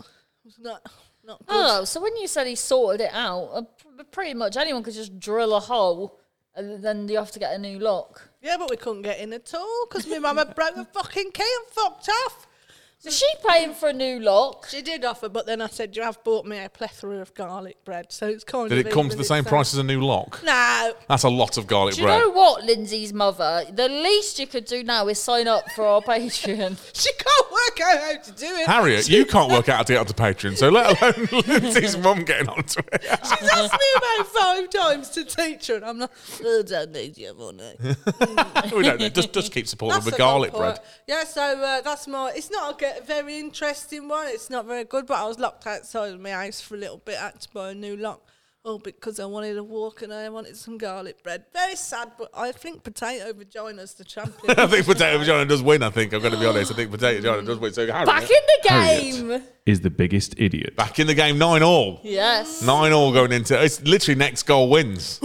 [SPEAKER 4] was not not good.
[SPEAKER 1] Oh, so when you said he sorted it out, uh, pr- pretty much anyone could just drill a hole and then you have to get a new lock.
[SPEAKER 4] Yeah, but we couldn't get in at all because my mum had broke the fucking key and fucked off.
[SPEAKER 1] So she paying for a new lock.
[SPEAKER 4] She did offer, but then I said, "You have bought me a plethora of garlic bread, so it's uh, kind of."
[SPEAKER 2] Did it come to
[SPEAKER 4] even
[SPEAKER 2] the same
[SPEAKER 4] itself."
[SPEAKER 2] price as a new lock?
[SPEAKER 4] No,
[SPEAKER 2] That's a lot of garlic
[SPEAKER 1] Do you
[SPEAKER 2] bread.
[SPEAKER 1] know what, Lindsay's mother? The least you could do now is sign up for our Patreon.
[SPEAKER 4] she can't work out how to do it.
[SPEAKER 2] Harriet, you can't work out how to get onto Patreon, so let alone Lindsay's mum getting onto it.
[SPEAKER 4] She's asked me about five times to teach her, and I'm like, "I don't need your money."
[SPEAKER 2] we don't know. Just, just keep supporting them with
[SPEAKER 4] the
[SPEAKER 2] garlic
[SPEAKER 4] good point.
[SPEAKER 2] bread.
[SPEAKER 4] Yeah, so uh, that's my. It's not a ge- very interesting one. It's not very good, but I was locked outside of my house for a little bit. I had to buy a new lock. All because I wanted a walk and I wanted some garlic bread. Very sad, but I think potato vagina's the champion.
[SPEAKER 2] I think potato vagina does win. I think I'm going to be honest. I think potato vagina does win. So Harriet,
[SPEAKER 1] Back in the
[SPEAKER 3] Harriet.
[SPEAKER 1] game.
[SPEAKER 3] Is the biggest idiot.
[SPEAKER 2] back in the game, nine all,
[SPEAKER 1] Yes.
[SPEAKER 2] nine all going into. It's literally next goal wins.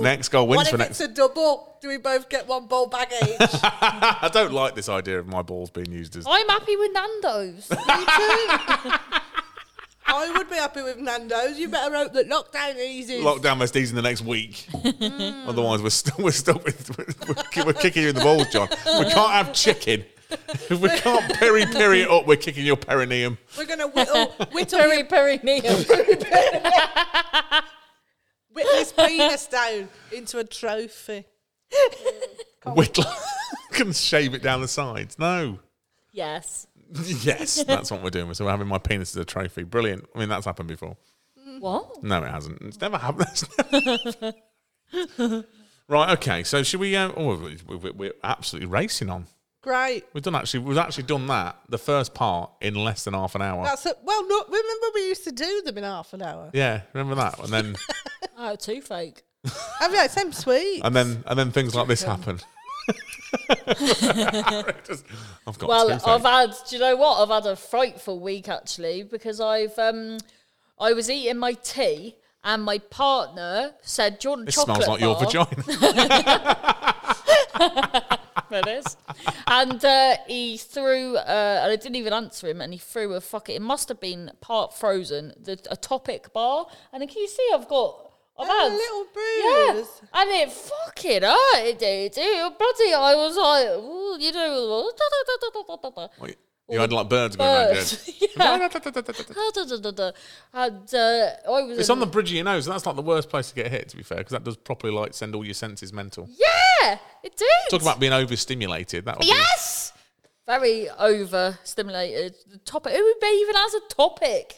[SPEAKER 2] next goal wins
[SPEAKER 4] what
[SPEAKER 2] for
[SPEAKER 4] if
[SPEAKER 2] next.
[SPEAKER 4] it's a double? Do we both get one bowl bag each?
[SPEAKER 2] I don't like this idea of my balls being used as.
[SPEAKER 1] I'm happy with Nando's.
[SPEAKER 4] I would be happy with Nando's. You better hope that lockdown eases.
[SPEAKER 2] Lockdown must ease in the next week. Otherwise, we're still we're still with, we're, we're kicking you in the balls, John. We can't have chicken. If we can't peri peri it up, we're kicking your perineum.
[SPEAKER 4] We're gonna whittle, whittle,
[SPEAKER 1] Peri
[SPEAKER 4] your,
[SPEAKER 1] peri meal.
[SPEAKER 4] whittle his penis down into a trophy.
[SPEAKER 2] Whittle can shave it down the sides. No.
[SPEAKER 1] yes.
[SPEAKER 2] Yes, that's what we're doing. So we're having my penis as a trophy. Brilliant. I mean, that's happened before.
[SPEAKER 1] What?
[SPEAKER 2] No, it hasn't. It's never happened. It's never happened. right. Okay. So should we? Um, oh, we- we- we're absolutely racing on.
[SPEAKER 4] Great.
[SPEAKER 2] We've done actually. We've actually done that. The first part in less than half an hour.
[SPEAKER 4] That's a, well, no, remember we used to do them in half an hour.
[SPEAKER 2] yeah, remember that, and then
[SPEAKER 1] Oh, too fake.
[SPEAKER 4] Oh yeah, it's them sweet.
[SPEAKER 2] and then and then things like this happen. Just- I've got
[SPEAKER 1] Well,
[SPEAKER 2] toothache.
[SPEAKER 1] I've had. Do you know what? I've had a frightful week actually because I've um, I was eating my tea and my partner said, "Do you want a
[SPEAKER 2] This
[SPEAKER 1] chocolate
[SPEAKER 2] smells like
[SPEAKER 1] bar?"
[SPEAKER 2] your vagina.
[SPEAKER 1] It is. and uh, he threw, uh, and I didn't even answer him, and he threw a fuck. It must have been part frozen, the, a topic bar, and can you see I've got. I've
[SPEAKER 4] Oh,
[SPEAKER 1] had Yeah,
[SPEAKER 4] a little bruise.
[SPEAKER 1] and it fucking hurt, it did. It, bloody, I was like, ooh, you know, da, da, da, da, da, da, da.
[SPEAKER 2] Wait, you had like birds going around your
[SPEAKER 1] Birds,
[SPEAKER 2] head.
[SPEAKER 1] Oh, and uh, I was
[SPEAKER 2] It's
[SPEAKER 1] in-
[SPEAKER 2] on the bridge of your nose, and that's like the worst place to get hit, to be fair, because that does properly like send all your senses mental.
[SPEAKER 1] yeah, it did.
[SPEAKER 2] Talk about being overstimulated. That would
[SPEAKER 1] yes, very overstimulated. The topic. Who even has a topic?
[SPEAKER 2] be,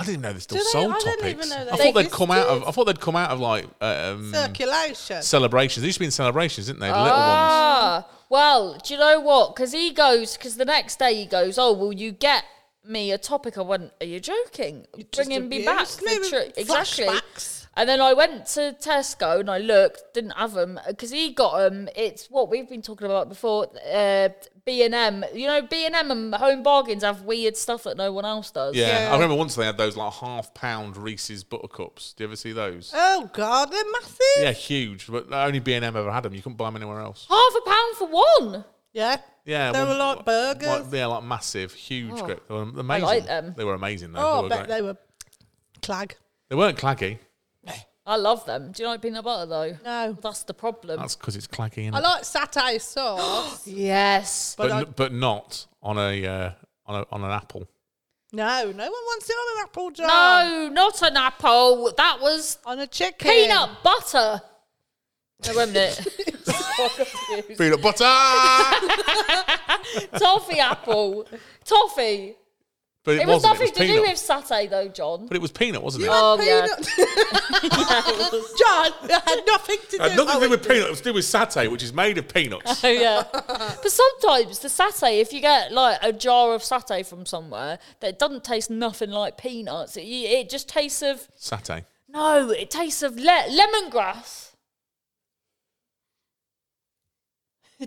[SPEAKER 2] I didn't know they still
[SPEAKER 4] Do they-
[SPEAKER 2] sold
[SPEAKER 4] I didn't
[SPEAKER 2] topics.
[SPEAKER 4] even know
[SPEAKER 2] I
[SPEAKER 4] they
[SPEAKER 2] thought they'd come out of. I thought they'd come out of like um,
[SPEAKER 4] Circulation.
[SPEAKER 2] celebrations. They used to be in celebrations, didn't they? The little
[SPEAKER 4] Oh,
[SPEAKER 2] ones.
[SPEAKER 1] Ah, well, do you know what? Because he goes, because the next day he goes, oh, will you get me a topic? I went, are you joking? Bringing me back.
[SPEAKER 4] abused
[SPEAKER 1] the
[SPEAKER 4] me with
[SPEAKER 1] tr- exactly.
[SPEAKER 4] flashbacks.
[SPEAKER 1] And then I went to Tesco and I looked, didn't have them because he got them. It's what we've been talking about before. Uh, B and M, you know, B and M and Home Bargains have weird stuff that no one else does.
[SPEAKER 2] Yeah.
[SPEAKER 4] Yeah.
[SPEAKER 2] I remember once they had those like half pound Reese's buttercups. Do you ever see those?
[SPEAKER 4] Oh God, they're massive.
[SPEAKER 2] yeah, huge. But only B and M ever had them. You couldn't buy them anywhere else.
[SPEAKER 1] half a pound for one.
[SPEAKER 4] Yeah.
[SPEAKER 2] Yeah,
[SPEAKER 4] They
[SPEAKER 2] one-
[SPEAKER 4] were like burgers.
[SPEAKER 2] Like, yeah, like massive, huge. grip. They were amazing.
[SPEAKER 1] them.
[SPEAKER 2] They were amazing though.
[SPEAKER 4] oh,
[SPEAKER 2] they,
[SPEAKER 4] I
[SPEAKER 2] were
[SPEAKER 4] bet
[SPEAKER 2] great.
[SPEAKER 4] they were clag.
[SPEAKER 2] they weren't claggy.
[SPEAKER 1] I love them. Do you like peanut butter though?
[SPEAKER 4] No.
[SPEAKER 1] that's the problem.
[SPEAKER 2] That's because it's claggy.
[SPEAKER 4] I
[SPEAKER 2] Innit?
[SPEAKER 4] like satay sauce.
[SPEAKER 1] yes.
[SPEAKER 2] Hmm. but
[SPEAKER 4] I-
[SPEAKER 2] n- but not on a uh, on a on an apple.
[SPEAKER 4] no, no one wants it on an apple jar.
[SPEAKER 1] No, not an apple. That was
[SPEAKER 4] On a chicken.
[SPEAKER 1] peanut butter. No, wait a minute. So confused.
[SPEAKER 2] Peanut butter.
[SPEAKER 1] Toffee apple. Toffee.
[SPEAKER 2] But it,
[SPEAKER 1] It was
[SPEAKER 2] wasn't. It
[SPEAKER 1] nothing
[SPEAKER 2] was
[SPEAKER 1] to do
[SPEAKER 2] peanut.
[SPEAKER 1] with satay though, John.
[SPEAKER 2] but it was peanut, wasn't it?
[SPEAKER 4] You
[SPEAKER 1] Oh,
[SPEAKER 4] had
[SPEAKER 1] yeah.
[SPEAKER 4] peanut. John, it had nothing to do.
[SPEAKER 2] It had nothing
[SPEAKER 4] oh,
[SPEAKER 2] to do
[SPEAKER 4] it
[SPEAKER 2] with
[SPEAKER 4] did.
[SPEAKER 2] peanut. It was to do with satay, which is made of peanuts.
[SPEAKER 1] Oh yeah. but sometimes the satay, if you get like a jar of satay from somewhere that doesn't taste nothing like peanuts, it, it just tastes of
[SPEAKER 2] satay.
[SPEAKER 1] no, it tastes of le- lemongrass.
[SPEAKER 2] I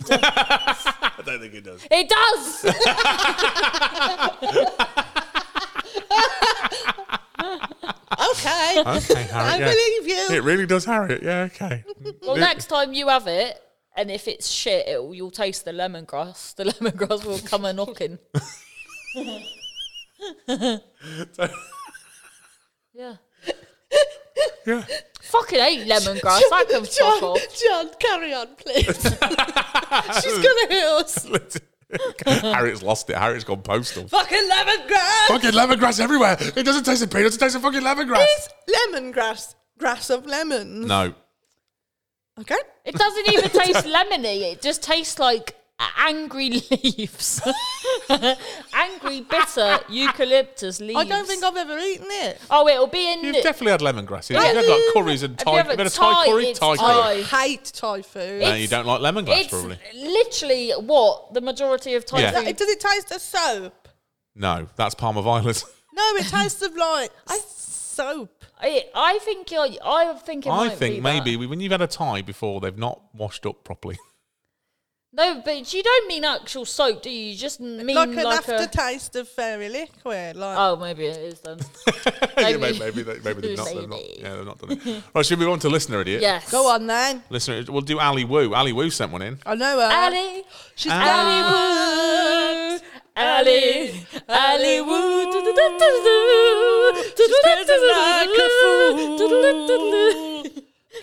[SPEAKER 2] don't think it does.
[SPEAKER 1] It does.
[SPEAKER 4] Okay.
[SPEAKER 2] Okay, Harriet.
[SPEAKER 4] I
[SPEAKER 2] yeah.
[SPEAKER 4] believe you.
[SPEAKER 2] It really does, Harriet. Yeah, okay.
[SPEAKER 1] well, next time you have it, and if it's shit, it'll, you'll taste the lemongrass. The lemongrass will come a knocking. yeah.
[SPEAKER 2] Yeah.
[SPEAKER 1] Fucking hate lemongrass. I can fuck
[SPEAKER 4] John,
[SPEAKER 1] off.
[SPEAKER 4] John, carry on, please. She's gonna hear us.
[SPEAKER 2] Harriet's lost it. Harriet's gone postal.
[SPEAKER 4] Fucking lemongrass.
[SPEAKER 2] fucking lemongrass everywhere. It doesn't taste of peanuts. It tastes of fucking lemongrass.
[SPEAKER 4] It's lemongrass. Grass of lemons.
[SPEAKER 2] No.
[SPEAKER 4] Okay.
[SPEAKER 1] It doesn't even taste lemony. It just tastes like angry leaves, angry bitter eucalyptus leaves.
[SPEAKER 4] I don't think I've ever eaten it.
[SPEAKER 1] Oh, it'll be in.
[SPEAKER 2] You've definitely had lemongrass. You've had like curries and
[SPEAKER 1] you
[SPEAKER 2] Thai.
[SPEAKER 1] ever-
[SPEAKER 2] You've had a Thai
[SPEAKER 1] Thai,
[SPEAKER 2] curry?
[SPEAKER 1] it's
[SPEAKER 2] Thai
[SPEAKER 1] Thai.
[SPEAKER 2] curry.
[SPEAKER 4] I hate Thai food.
[SPEAKER 2] No,
[SPEAKER 1] It's-
[SPEAKER 2] you don't like lemongrass,
[SPEAKER 1] it's
[SPEAKER 2] probably.
[SPEAKER 1] literally what the majority of Thai
[SPEAKER 2] Yeah.
[SPEAKER 1] food.
[SPEAKER 4] It- does it taste of soap?
[SPEAKER 2] No, that's Parma Violet.
[SPEAKER 4] No, it tastes of like soap.
[SPEAKER 1] I, I think you're. I think it
[SPEAKER 2] I
[SPEAKER 1] might be
[SPEAKER 2] think
[SPEAKER 1] that.
[SPEAKER 2] maybe when you've had a Thai before, they've not washed up properly.
[SPEAKER 1] No, but you don't mean actual soap, do you? You just mean like,
[SPEAKER 4] like an
[SPEAKER 1] a.
[SPEAKER 4] aftertaste of fairy liquid. Like
[SPEAKER 1] oh, maybe it is then.
[SPEAKER 2] Yeah,
[SPEAKER 1] Maybe.
[SPEAKER 2] maybe, maybe, they, maybe they've not. They've not
[SPEAKER 1] Maybe.
[SPEAKER 2] yeah, they've not done it. Right, should we move on to listener idiot?
[SPEAKER 1] yes.
[SPEAKER 4] go on then.
[SPEAKER 2] Listener, we'll do Ali Woo. Ali Woo sent one in.
[SPEAKER 4] I know her.
[SPEAKER 1] Ali.
[SPEAKER 4] She's
[SPEAKER 1] Hollywood, Ali, Hollywood.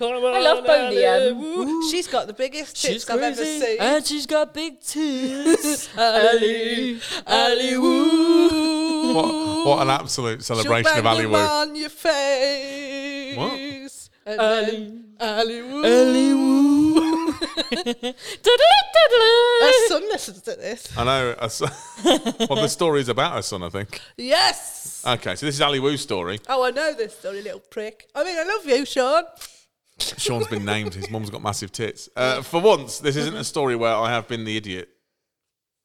[SPEAKER 1] I love Boney M.
[SPEAKER 4] She's got the biggest tits I've ever seen.
[SPEAKER 1] and she's got big tits. Ali, Ali Woo.
[SPEAKER 2] What, what an absolute celebration
[SPEAKER 4] She'll
[SPEAKER 2] of
[SPEAKER 4] bang
[SPEAKER 2] Ali
[SPEAKER 4] them
[SPEAKER 2] Woo.
[SPEAKER 4] on your face.
[SPEAKER 2] What?
[SPEAKER 4] And
[SPEAKER 1] Ali.
[SPEAKER 4] then Ali Woo.
[SPEAKER 1] Ali Woo.
[SPEAKER 4] Her son listens to this.
[SPEAKER 2] I know. a s- well, the story is about her son, I think.
[SPEAKER 4] Yes.
[SPEAKER 2] Okay, so this is Ali Woo's story.
[SPEAKER 4] Oh, I know this story, little prick. I mean, I love you, Sean.
[SPEAKER 2] Sean's been named. His mum's got massive tits. Uh, for once, this isn't a story where I have been the idiot.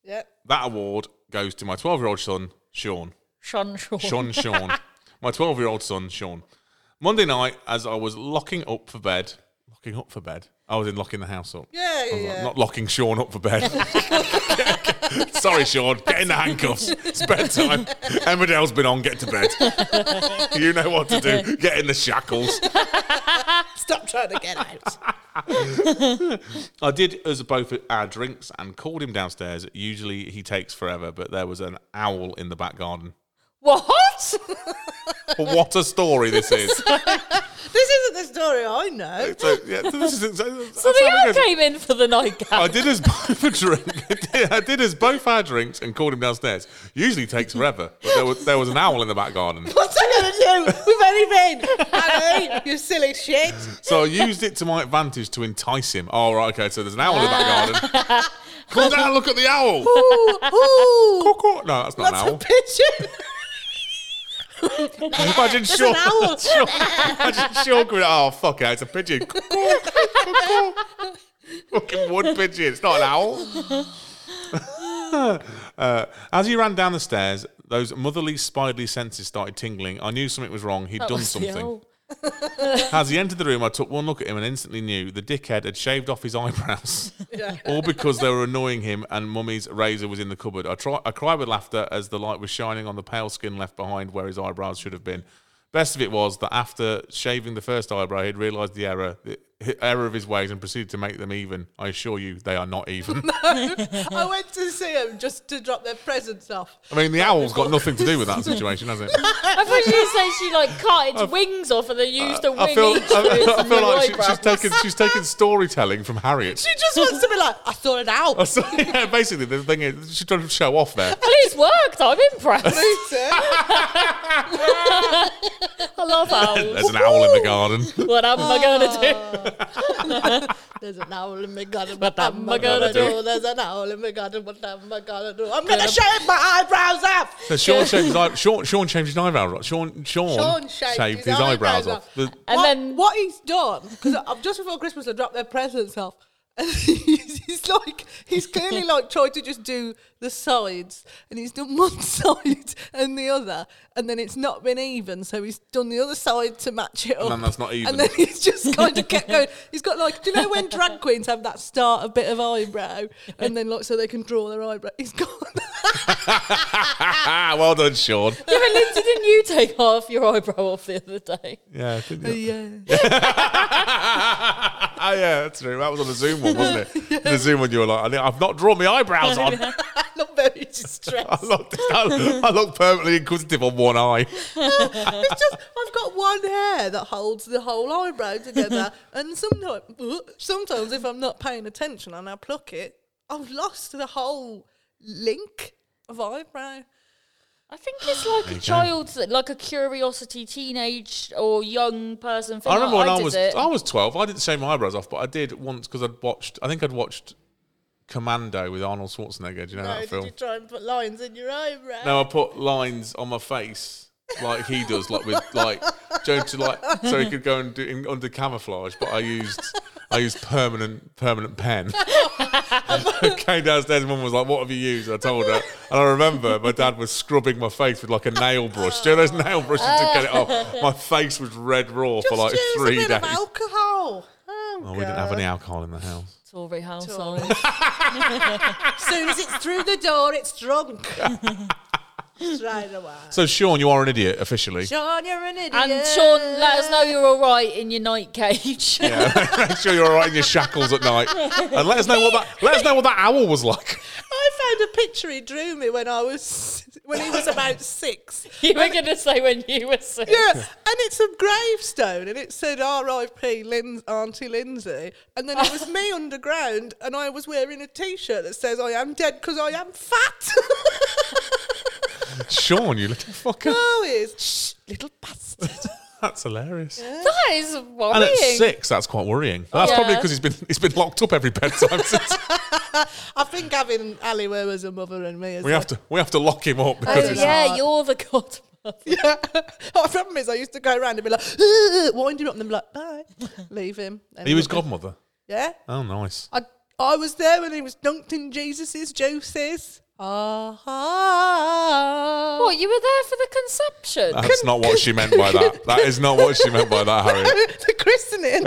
[SPEAKER 4] Yeah.
[SPEAKER 2] That award goes to my 12 year old son, Sean.
[SPEAKER 1] Sean Shaw.
[SPEAKER 2] Sean Sean. My 12 year old son, Sean. Monday night, as I was locking up for bed, locking up for bed, I was in locking the house up.
[SPEAKER 4] Yeah,
[SPEAKER 2] I was
[SPEAKER 4] yeah,
[SPEAKER 2] like,
[SPEAKER 4] yeah.
[SPEAKER 2] Not locking Sean up for bed. Sorry, Sean. Get in the handcuffs. It's bedtime. Emmerdale's been on. Get to bed. you know what to do. Get in the shackles.
[SPEAKER 4] Stop trying to get out.
[SPEAKER 2] I did us both our drinks and called him downstairs. Usually he takes forever, but there was an owl in the back garden.
[SPEAKER 1] What?
[SPEAKER 2] what a story this is.
[SPEAKER 4] this isn't the story I know.
[SPEAKER 2] so, yeah, so this is, so,
[SPEAKER 1] So the owl came in for the nightgown.
[SPEAKER 2] I did us both a drink. I did us both our drinks and called him downstairs. Usually takes forever, but there was, there was an owl in the back garden.
[SPEAKER 4] What's I gonna do? We've only been Ali, you silly shit.
[SPEAKER 2] So I used it to my advantage to entice him. Oh, right, okay, so there's an owl in the back garden. Come down and look at the owl.
[SPEAKER 4] Ooh, ooh.
[SPEAKER 2] Cuckoo. No, that's not
[SPEAKER 4] That's
[SPEAKER 2] an
[SPEAKER 4] a
[SPEAKER 2] owl.
[SPEAKER 4] pigeon.
[SPEAKER 2] Imagine Sean.
[SPEAKER 4] owl.
[SPEAKER 2] Sean imagine Sean going, oh, fuck it, it's a pigeon. Cuckoo, cuckoo. Fucking wood pigeon. It's not an owl. uh, as he ran down the stairs, those motherly, spidely senses started tingling. I knew something was wrong. he had
[SPEAKER 1] That
[SPEAKER 2] done
[SPEAKER 1] was the
[SPEAKER 2] something.
[SPEAKER 1] owl.
[SPEAKER 2] As he entered the room, I took one look at him and instantly knew the dickhead had shaved off his eyebrows, all because they were annoying him. And Mummy's razor was in the cupboard. I, try, I cried with laughter as the light was shining on the pale skin left behind where his eyebrows should have been. Best of it was that after shaving the first eyebrow, he'd realised the error, the error of his ways, and proceeded to make them even. I assure you, they are not even.
[SPEAKER 4] I went to see him just to drop their presents off.
[SPEAKER 2] I mean, the owl's got nothing to do with that situation, has it?
[SPEAKER 1] I thought you said she like cut its wings off and then used a wing
[SPEAKER 2] I feel,
[SPEAKER 1] each of its
[SPEAKER 2] I, I feel like she,
[SPEAKER 1] eyebrows.
[SPEAKER 2] she's taken, she's taken storytelling from Harriet.
[SPEAKER 4] She just wants to be like, I saw it out.
[SPEAKER 2] Oh, So, yeah, basically, the thing is, she's trying to show off there.
[SPEAKER 1] Well, it's worked. I'm impressed. I love owls.
[SPEAKER 2] There's an owl in the garden.
[SPEAKER 1] What am I gonna do?
[SPEAKER 4] There's an owl in my garden.
[SPEAKER 1] What
[SPEAKER 4] What am I gonna do? There's an owl in my garden. What am I gonna do? I'm gonna shave my eyebrows off.
[SPEAKER 2] No, Sean shaved his eye, Sean, Sean shaved his eyebrows off. Sean, Sean,
[SPEAKER 4] Sean
[SPEAKER 2] shaved,
[SPEAKER 4] shaved
[SPEAKER 2] his,
[SPEAKER 4] his
[SPEAKER 2] eyebrows
[SPEAKER 4] eyebrows
[SPEAKER 2] off.
[SPEAKER 4] off.
[SPEAKER 2] The-
[SPEAKER 1] And
[SPEAKER 4] what,
[SPEAKER 1] then-
[SPEAKER 4] what he's done because just before Christmas I dropped their presents off, and he's, he's like he's clearly like tried to just do the sides, and he's done one side and the other, and then it's not been even, so he's done the other side to match it up.
[SPEAKER 2] then that's not even.
[SPEAKER 4] And then he's just kind of kept going. He's got like, do you know when drag queens have that start a bit of eyebrow, and then like so they can draw their eyebrow. He's got
[SPEAKER 2] ah, well done, Sean.
[SPEAKER 1] Yeah, but Lindsay, didn't you take half your eyebrow off the other day?
[SPEAKER 2] Yeah, I think that-
[SPEAKER 4] yeah.
[SPEAKER 2] oh, yeah, that's true. That was on the Zoom one, wasn't it? The Zoom one, you were like, I think I've not drawn my eyebrows on.
[SPEAKER 4] not very distressed.
[SPEAKER 2] I look, I look permanently inquisitive on one eye.
[SPEAKER 4] it's just I've got one hair that holds the whole eyebrow together, and sometimes sometimes if I'm not paying attention and I pluck it, I've lost the whole link of eyebrow.
[SPEAKER 1] I think it's like a child's, like a curiosity teenage or young person thing.
[SPEAKER 2] I remember when I,
[SPEAKER 1] did
[SPEAKER 2] was
[SPEAKER 1] it.
[SPEAKER 2] I was twelve. I didn't shave my eyebrows off, but I did once because I'd watched. I think I'd watched Commando with Arnold Schwarzenegger. Do you know
[SPEAKER 4] No,
[SPEAKER 2] that
[SPEAKER 4] did
[SPEAKER 2] film?
[SPEAKER 4] you try and put lines in your eyebrow?
[SPEAKER 2] No, I put lines on my face like he does, like with like Joe to like so he could go and do in, under camouflage. But I used I used permanent permanent pen. I came downstairs, mum was like, "What have you used?" I told her, and I remember my dad was scrubbing my face with like a nail brush. Do you know those nail brushes to get it off? My face was red raw for
[SPEAKER 4] Just
[SPEAKER 2] like
[SPEAKER 4] use
[SPEAKER 2] three
[SPEAKER 4] a bit
[SPEAKER 2] days.
[SPEAKER 4] of alcohol. Oh,
[SPEAKER 2] Oh, we didn't have any alcohol in the house.
[SPEAKER 1] Tory household.
[SPEAKER 4] As soon as it's through the door, it's drunk. Straight away.
[SPEAKER 2] So, Sean, you are an idiot officially.
[SPEAKER 4] Sean, you're an idiot.
[SPEAKER 1] And Sean, let us know you're all right in your night cage.
[SPEAKER 2] Yeah, make sure you're all right in your shackles at night, and let us know what that let us know what that owl was like.
[SPEAKER 4] I found a picture he drew me when I was when he was about six.
[SPEAKER 1] you were going to say when you were sick.
[SPEAKER 4] Yeah, and it's a gravestone, and it said R.I.P. Lin- Auntie Lindsay, and then it was me underground, and I was wearing a T-shirt that says "I am dead because I am fat."
[SPEAKER 2] Sean, you little fucker.
[SPEAKER 4] oh, it's shh, little bastard.
[SPEAKER 2] That's hilarious.
[SPEAKER 1] That is worrying.
[SPEAKER 2] And at six, that's quite worrying. That's
[SPEAKER 1] Yeah.
[SPEAKER 2] probably because he's been he's been locked up every bedtime since.
[SPEAKER 4] I think having Ali were as a mother and me as
[SPEAKER 2] We
[SPEAKER 4] a-
[SPEAKER 2] have to we have to lock him up because
[SPEAKER 1] Oh
[SPEAKER 2] it's
[SPEAKER 1] yeah, you're the god.
[SPEAKER 4] Yeah. Oh, the problem is, I used to go around and be like, "Ugh," wind him up, and then be like, bye, leave him. And
[SPEAKER 2] he was
[SPEAKER 4] look-
[SPEAKER 2] godmother.
[SPEAKER 4] Yeah.
[SPEAKER 2] Oh, nice.
[SPEAKER 4] I I was there when he was dunked in Jesus's juices. Ah. ah.
[SPEAKER 1] What you were there for the conception?
[SPEAKER 2] That's not what she meant by that. That is not what she meant by that, Harry.
[SPEAKER 4] the christening.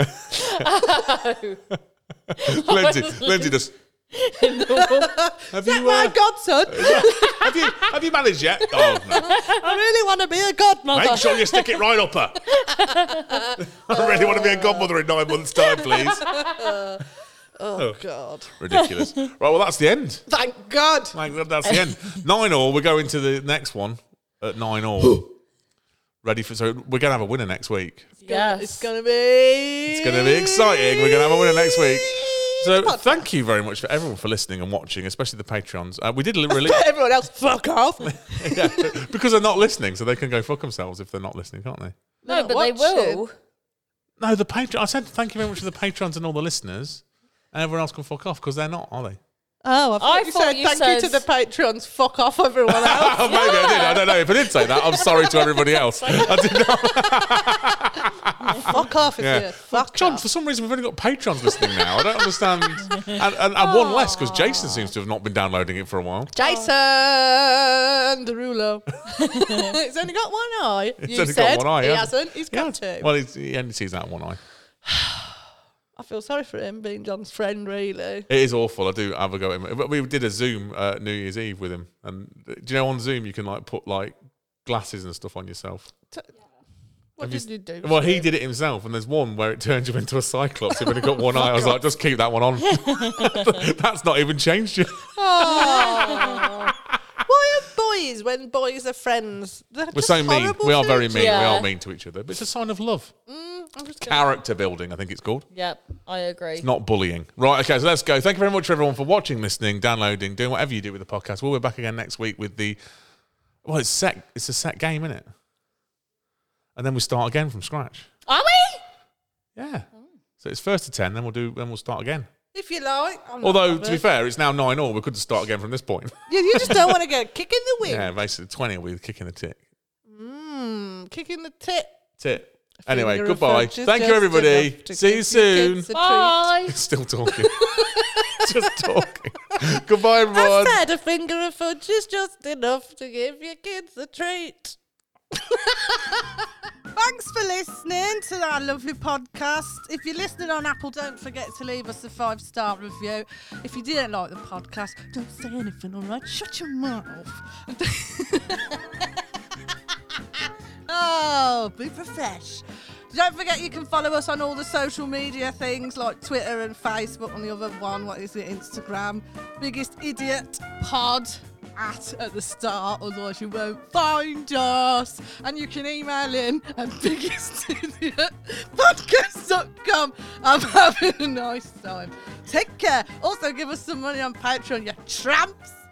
[SPEAKER 2] Lindsay, Lindsay, just have you,
[SPEAKER 4] My
[SPEAKER 2] uh,
[SPEAKER 4] godson.
[SPEAKER 2] have you have you managed yet? Oh, no.
[SPEAKER 4] I really want to be a godmother.
[SPEAKER 2] Make sure you stick it right up her. I really want to be a godmother in nine months' time, please.
[SPEAKER 4] God.
[SPEAKER 2] Ridiculous. Right, well, that's the end.
[SPEAKER 4] Thank God.
[SPEAKER 2] Like, that- that's the end. Nine all. We're going to the next one at nine all. Ready for so we're gonna have a winner next week.
[SPEAKER 1] yes.
[SPEAKER 4] It's going to be. It's
[SPEAKER 2] It's gonna be exciting. We're gonna have a winner next week. So thank you very much for everyone for listening and watching, especially the Patreons. Uh, we did li- release
[SPEAKER 4] Everyone else, fuck off.
[SPEAKER 2] yeah, because they're not listening, so they can go fuck themselves if they're not listening, can't they?
[SPEAKER 1] no, but they will.
[SPEAKER 2] No, the Patreon. I said thank you very much to the Patrons and all the listeners, and everyone else can fuck off because they're not, are they?
[SPEAKER 4] Oh, I thought
[SPEAKER 1] I
[SPEAKER 4] you
[SPEAKER 1] thought
[SPEAKER 4] said
[SPEAKER 1] you
[SPEAKER 4] thank you
[SPEAKER 1] said-
[SPEAKER 4] to the patrons. Fuck off, everyone else.
[SPEAKER 2] Oh, maybe I did. I don't know if I did say that. I'm sorry to everybody else. I did not.
[SPEAKER 4] fuck off if
[SPEAKER 2] Yeah.
[SPEAKER 4] you fuck
[SPEAKER 2] John,
[SPEAKER 4] off.
[SPEAKER 2] for some reason, we've only got patrons listening now. I don't understand. And, and, and one less because Jason seems to have not been downloading it for a while.
[SPEAKER 4] Jason Derulo. he's only got one eye. you
[SPEAKER 2] only got
[SPEAKER 4] said
[SPEAKER 2] one eye,
[SPEAKER 4] he
[SPEAKER 2] hasn't
[SPEAKER 4] hasn't. He's got
[SPEAKER 2] Yeah.
[SPEAKER 4] two.
[SPEAKER 2] Well, he's, he only sees that one eye.
[SPEAKER 4] I feel sorry for him being John's friend, really.
[SPEAKER 2] It is awful. I do have a go at him. But we did a Zoom uh, New Year's Eve with him. And uh, do you know on Zoom you can like put like glasses and stuff on yourself?
[SPEAKER 4] What
[SPEAKER 2] you
[SPEAKER 4] did you do?
[SPEAKER 2] Well, he did it himself. And there's one where it turns you into a cyclops. You've only got one eye. I was
[SPEAKER 4] Oh
[SPEAKER 2] like, just keep that one on. That's not even changed you.
[SPEAKER 4] Oh. Why are boys, when boys are friends, they're
[SPEAKER 2] We're so mean. We are very mean. We
[SPEAKER 1] Yeah.
[SPEAKER 2] are mean to each other. But it's a sign of love.
[SPEAKER 4] I'm just gonna-
[SPEAKER 2] Character building, I think it's called.
[SPEAKER 1] Yep, I agree.
[SPEAKER 2] Not bullying. Right, okay, so let's go. Thank you very much, everyone, for watching, listening, downloading, doing whatever you do with the podcast. We'll be back again next week with the. Well, it's set. It's a set game, isn't it? And then we start again from scratch.
[SPEAKER 1] Are we?
[SPEAKER 4] Oh.
[SPEAKER 2] Yeah. So it's first to ten, then we'll do. Then we'll start again.
[SPEAKER 4] If you like. I'm not
[SPEAKER 2] Although, to be
[SPEAKER 4] bothered.
[SPEAKER 2] fair, it's now 9 all. We could start again from this point.
[SPEAKER 4] You, you just don't want to get kick in the wing.
[SPEAKER 2] yeah, basically, 20 will be kicking the tick.
[SPEAKER 4] Mm, kick in the tip.
[SPEAKER 2] Tit. Anyway,
[SPEAKER 4] Finger of
[SPEAKER 2] goodbye.
[SPEAKER 4] fudge is
[SPEAKER 2] Thank you,
[SPEAKER 4] just
[SPEAKER 2] everybody.
[SPEAKER 4] enough to
[SPEAKER 2] See you
[SPEAKER 4] give your
[SPEAKER 2] soon.
[SPEAKER 4] kids a
[SPEAKER 1] Bye.
[SPEAKER 2] Still talking. Just talking. goodbye,
[SPEAKER 4] treat.
[SPEAKER 2] everyone.
[SPEAKER 4] I said a finger of fudge is just enough to give your kids a treat. Thanks for listening to our lovely podcast. If you're listening on Apple, don't forget to leave us a five star review. If you didn't like the podcast, don't say anything, all right? Shut your mouth. oh, be profesh. Don't forget you can follow us on all the social media things like Twitter and Facebook on the other one. What is it? Instagram. Biggest idiot pod at at the start, otherwise you won't find us. And you can email in at biggest idiot podcast.com. I'm having a nice time. Take care. Also give us some money on Patreon, you tramps.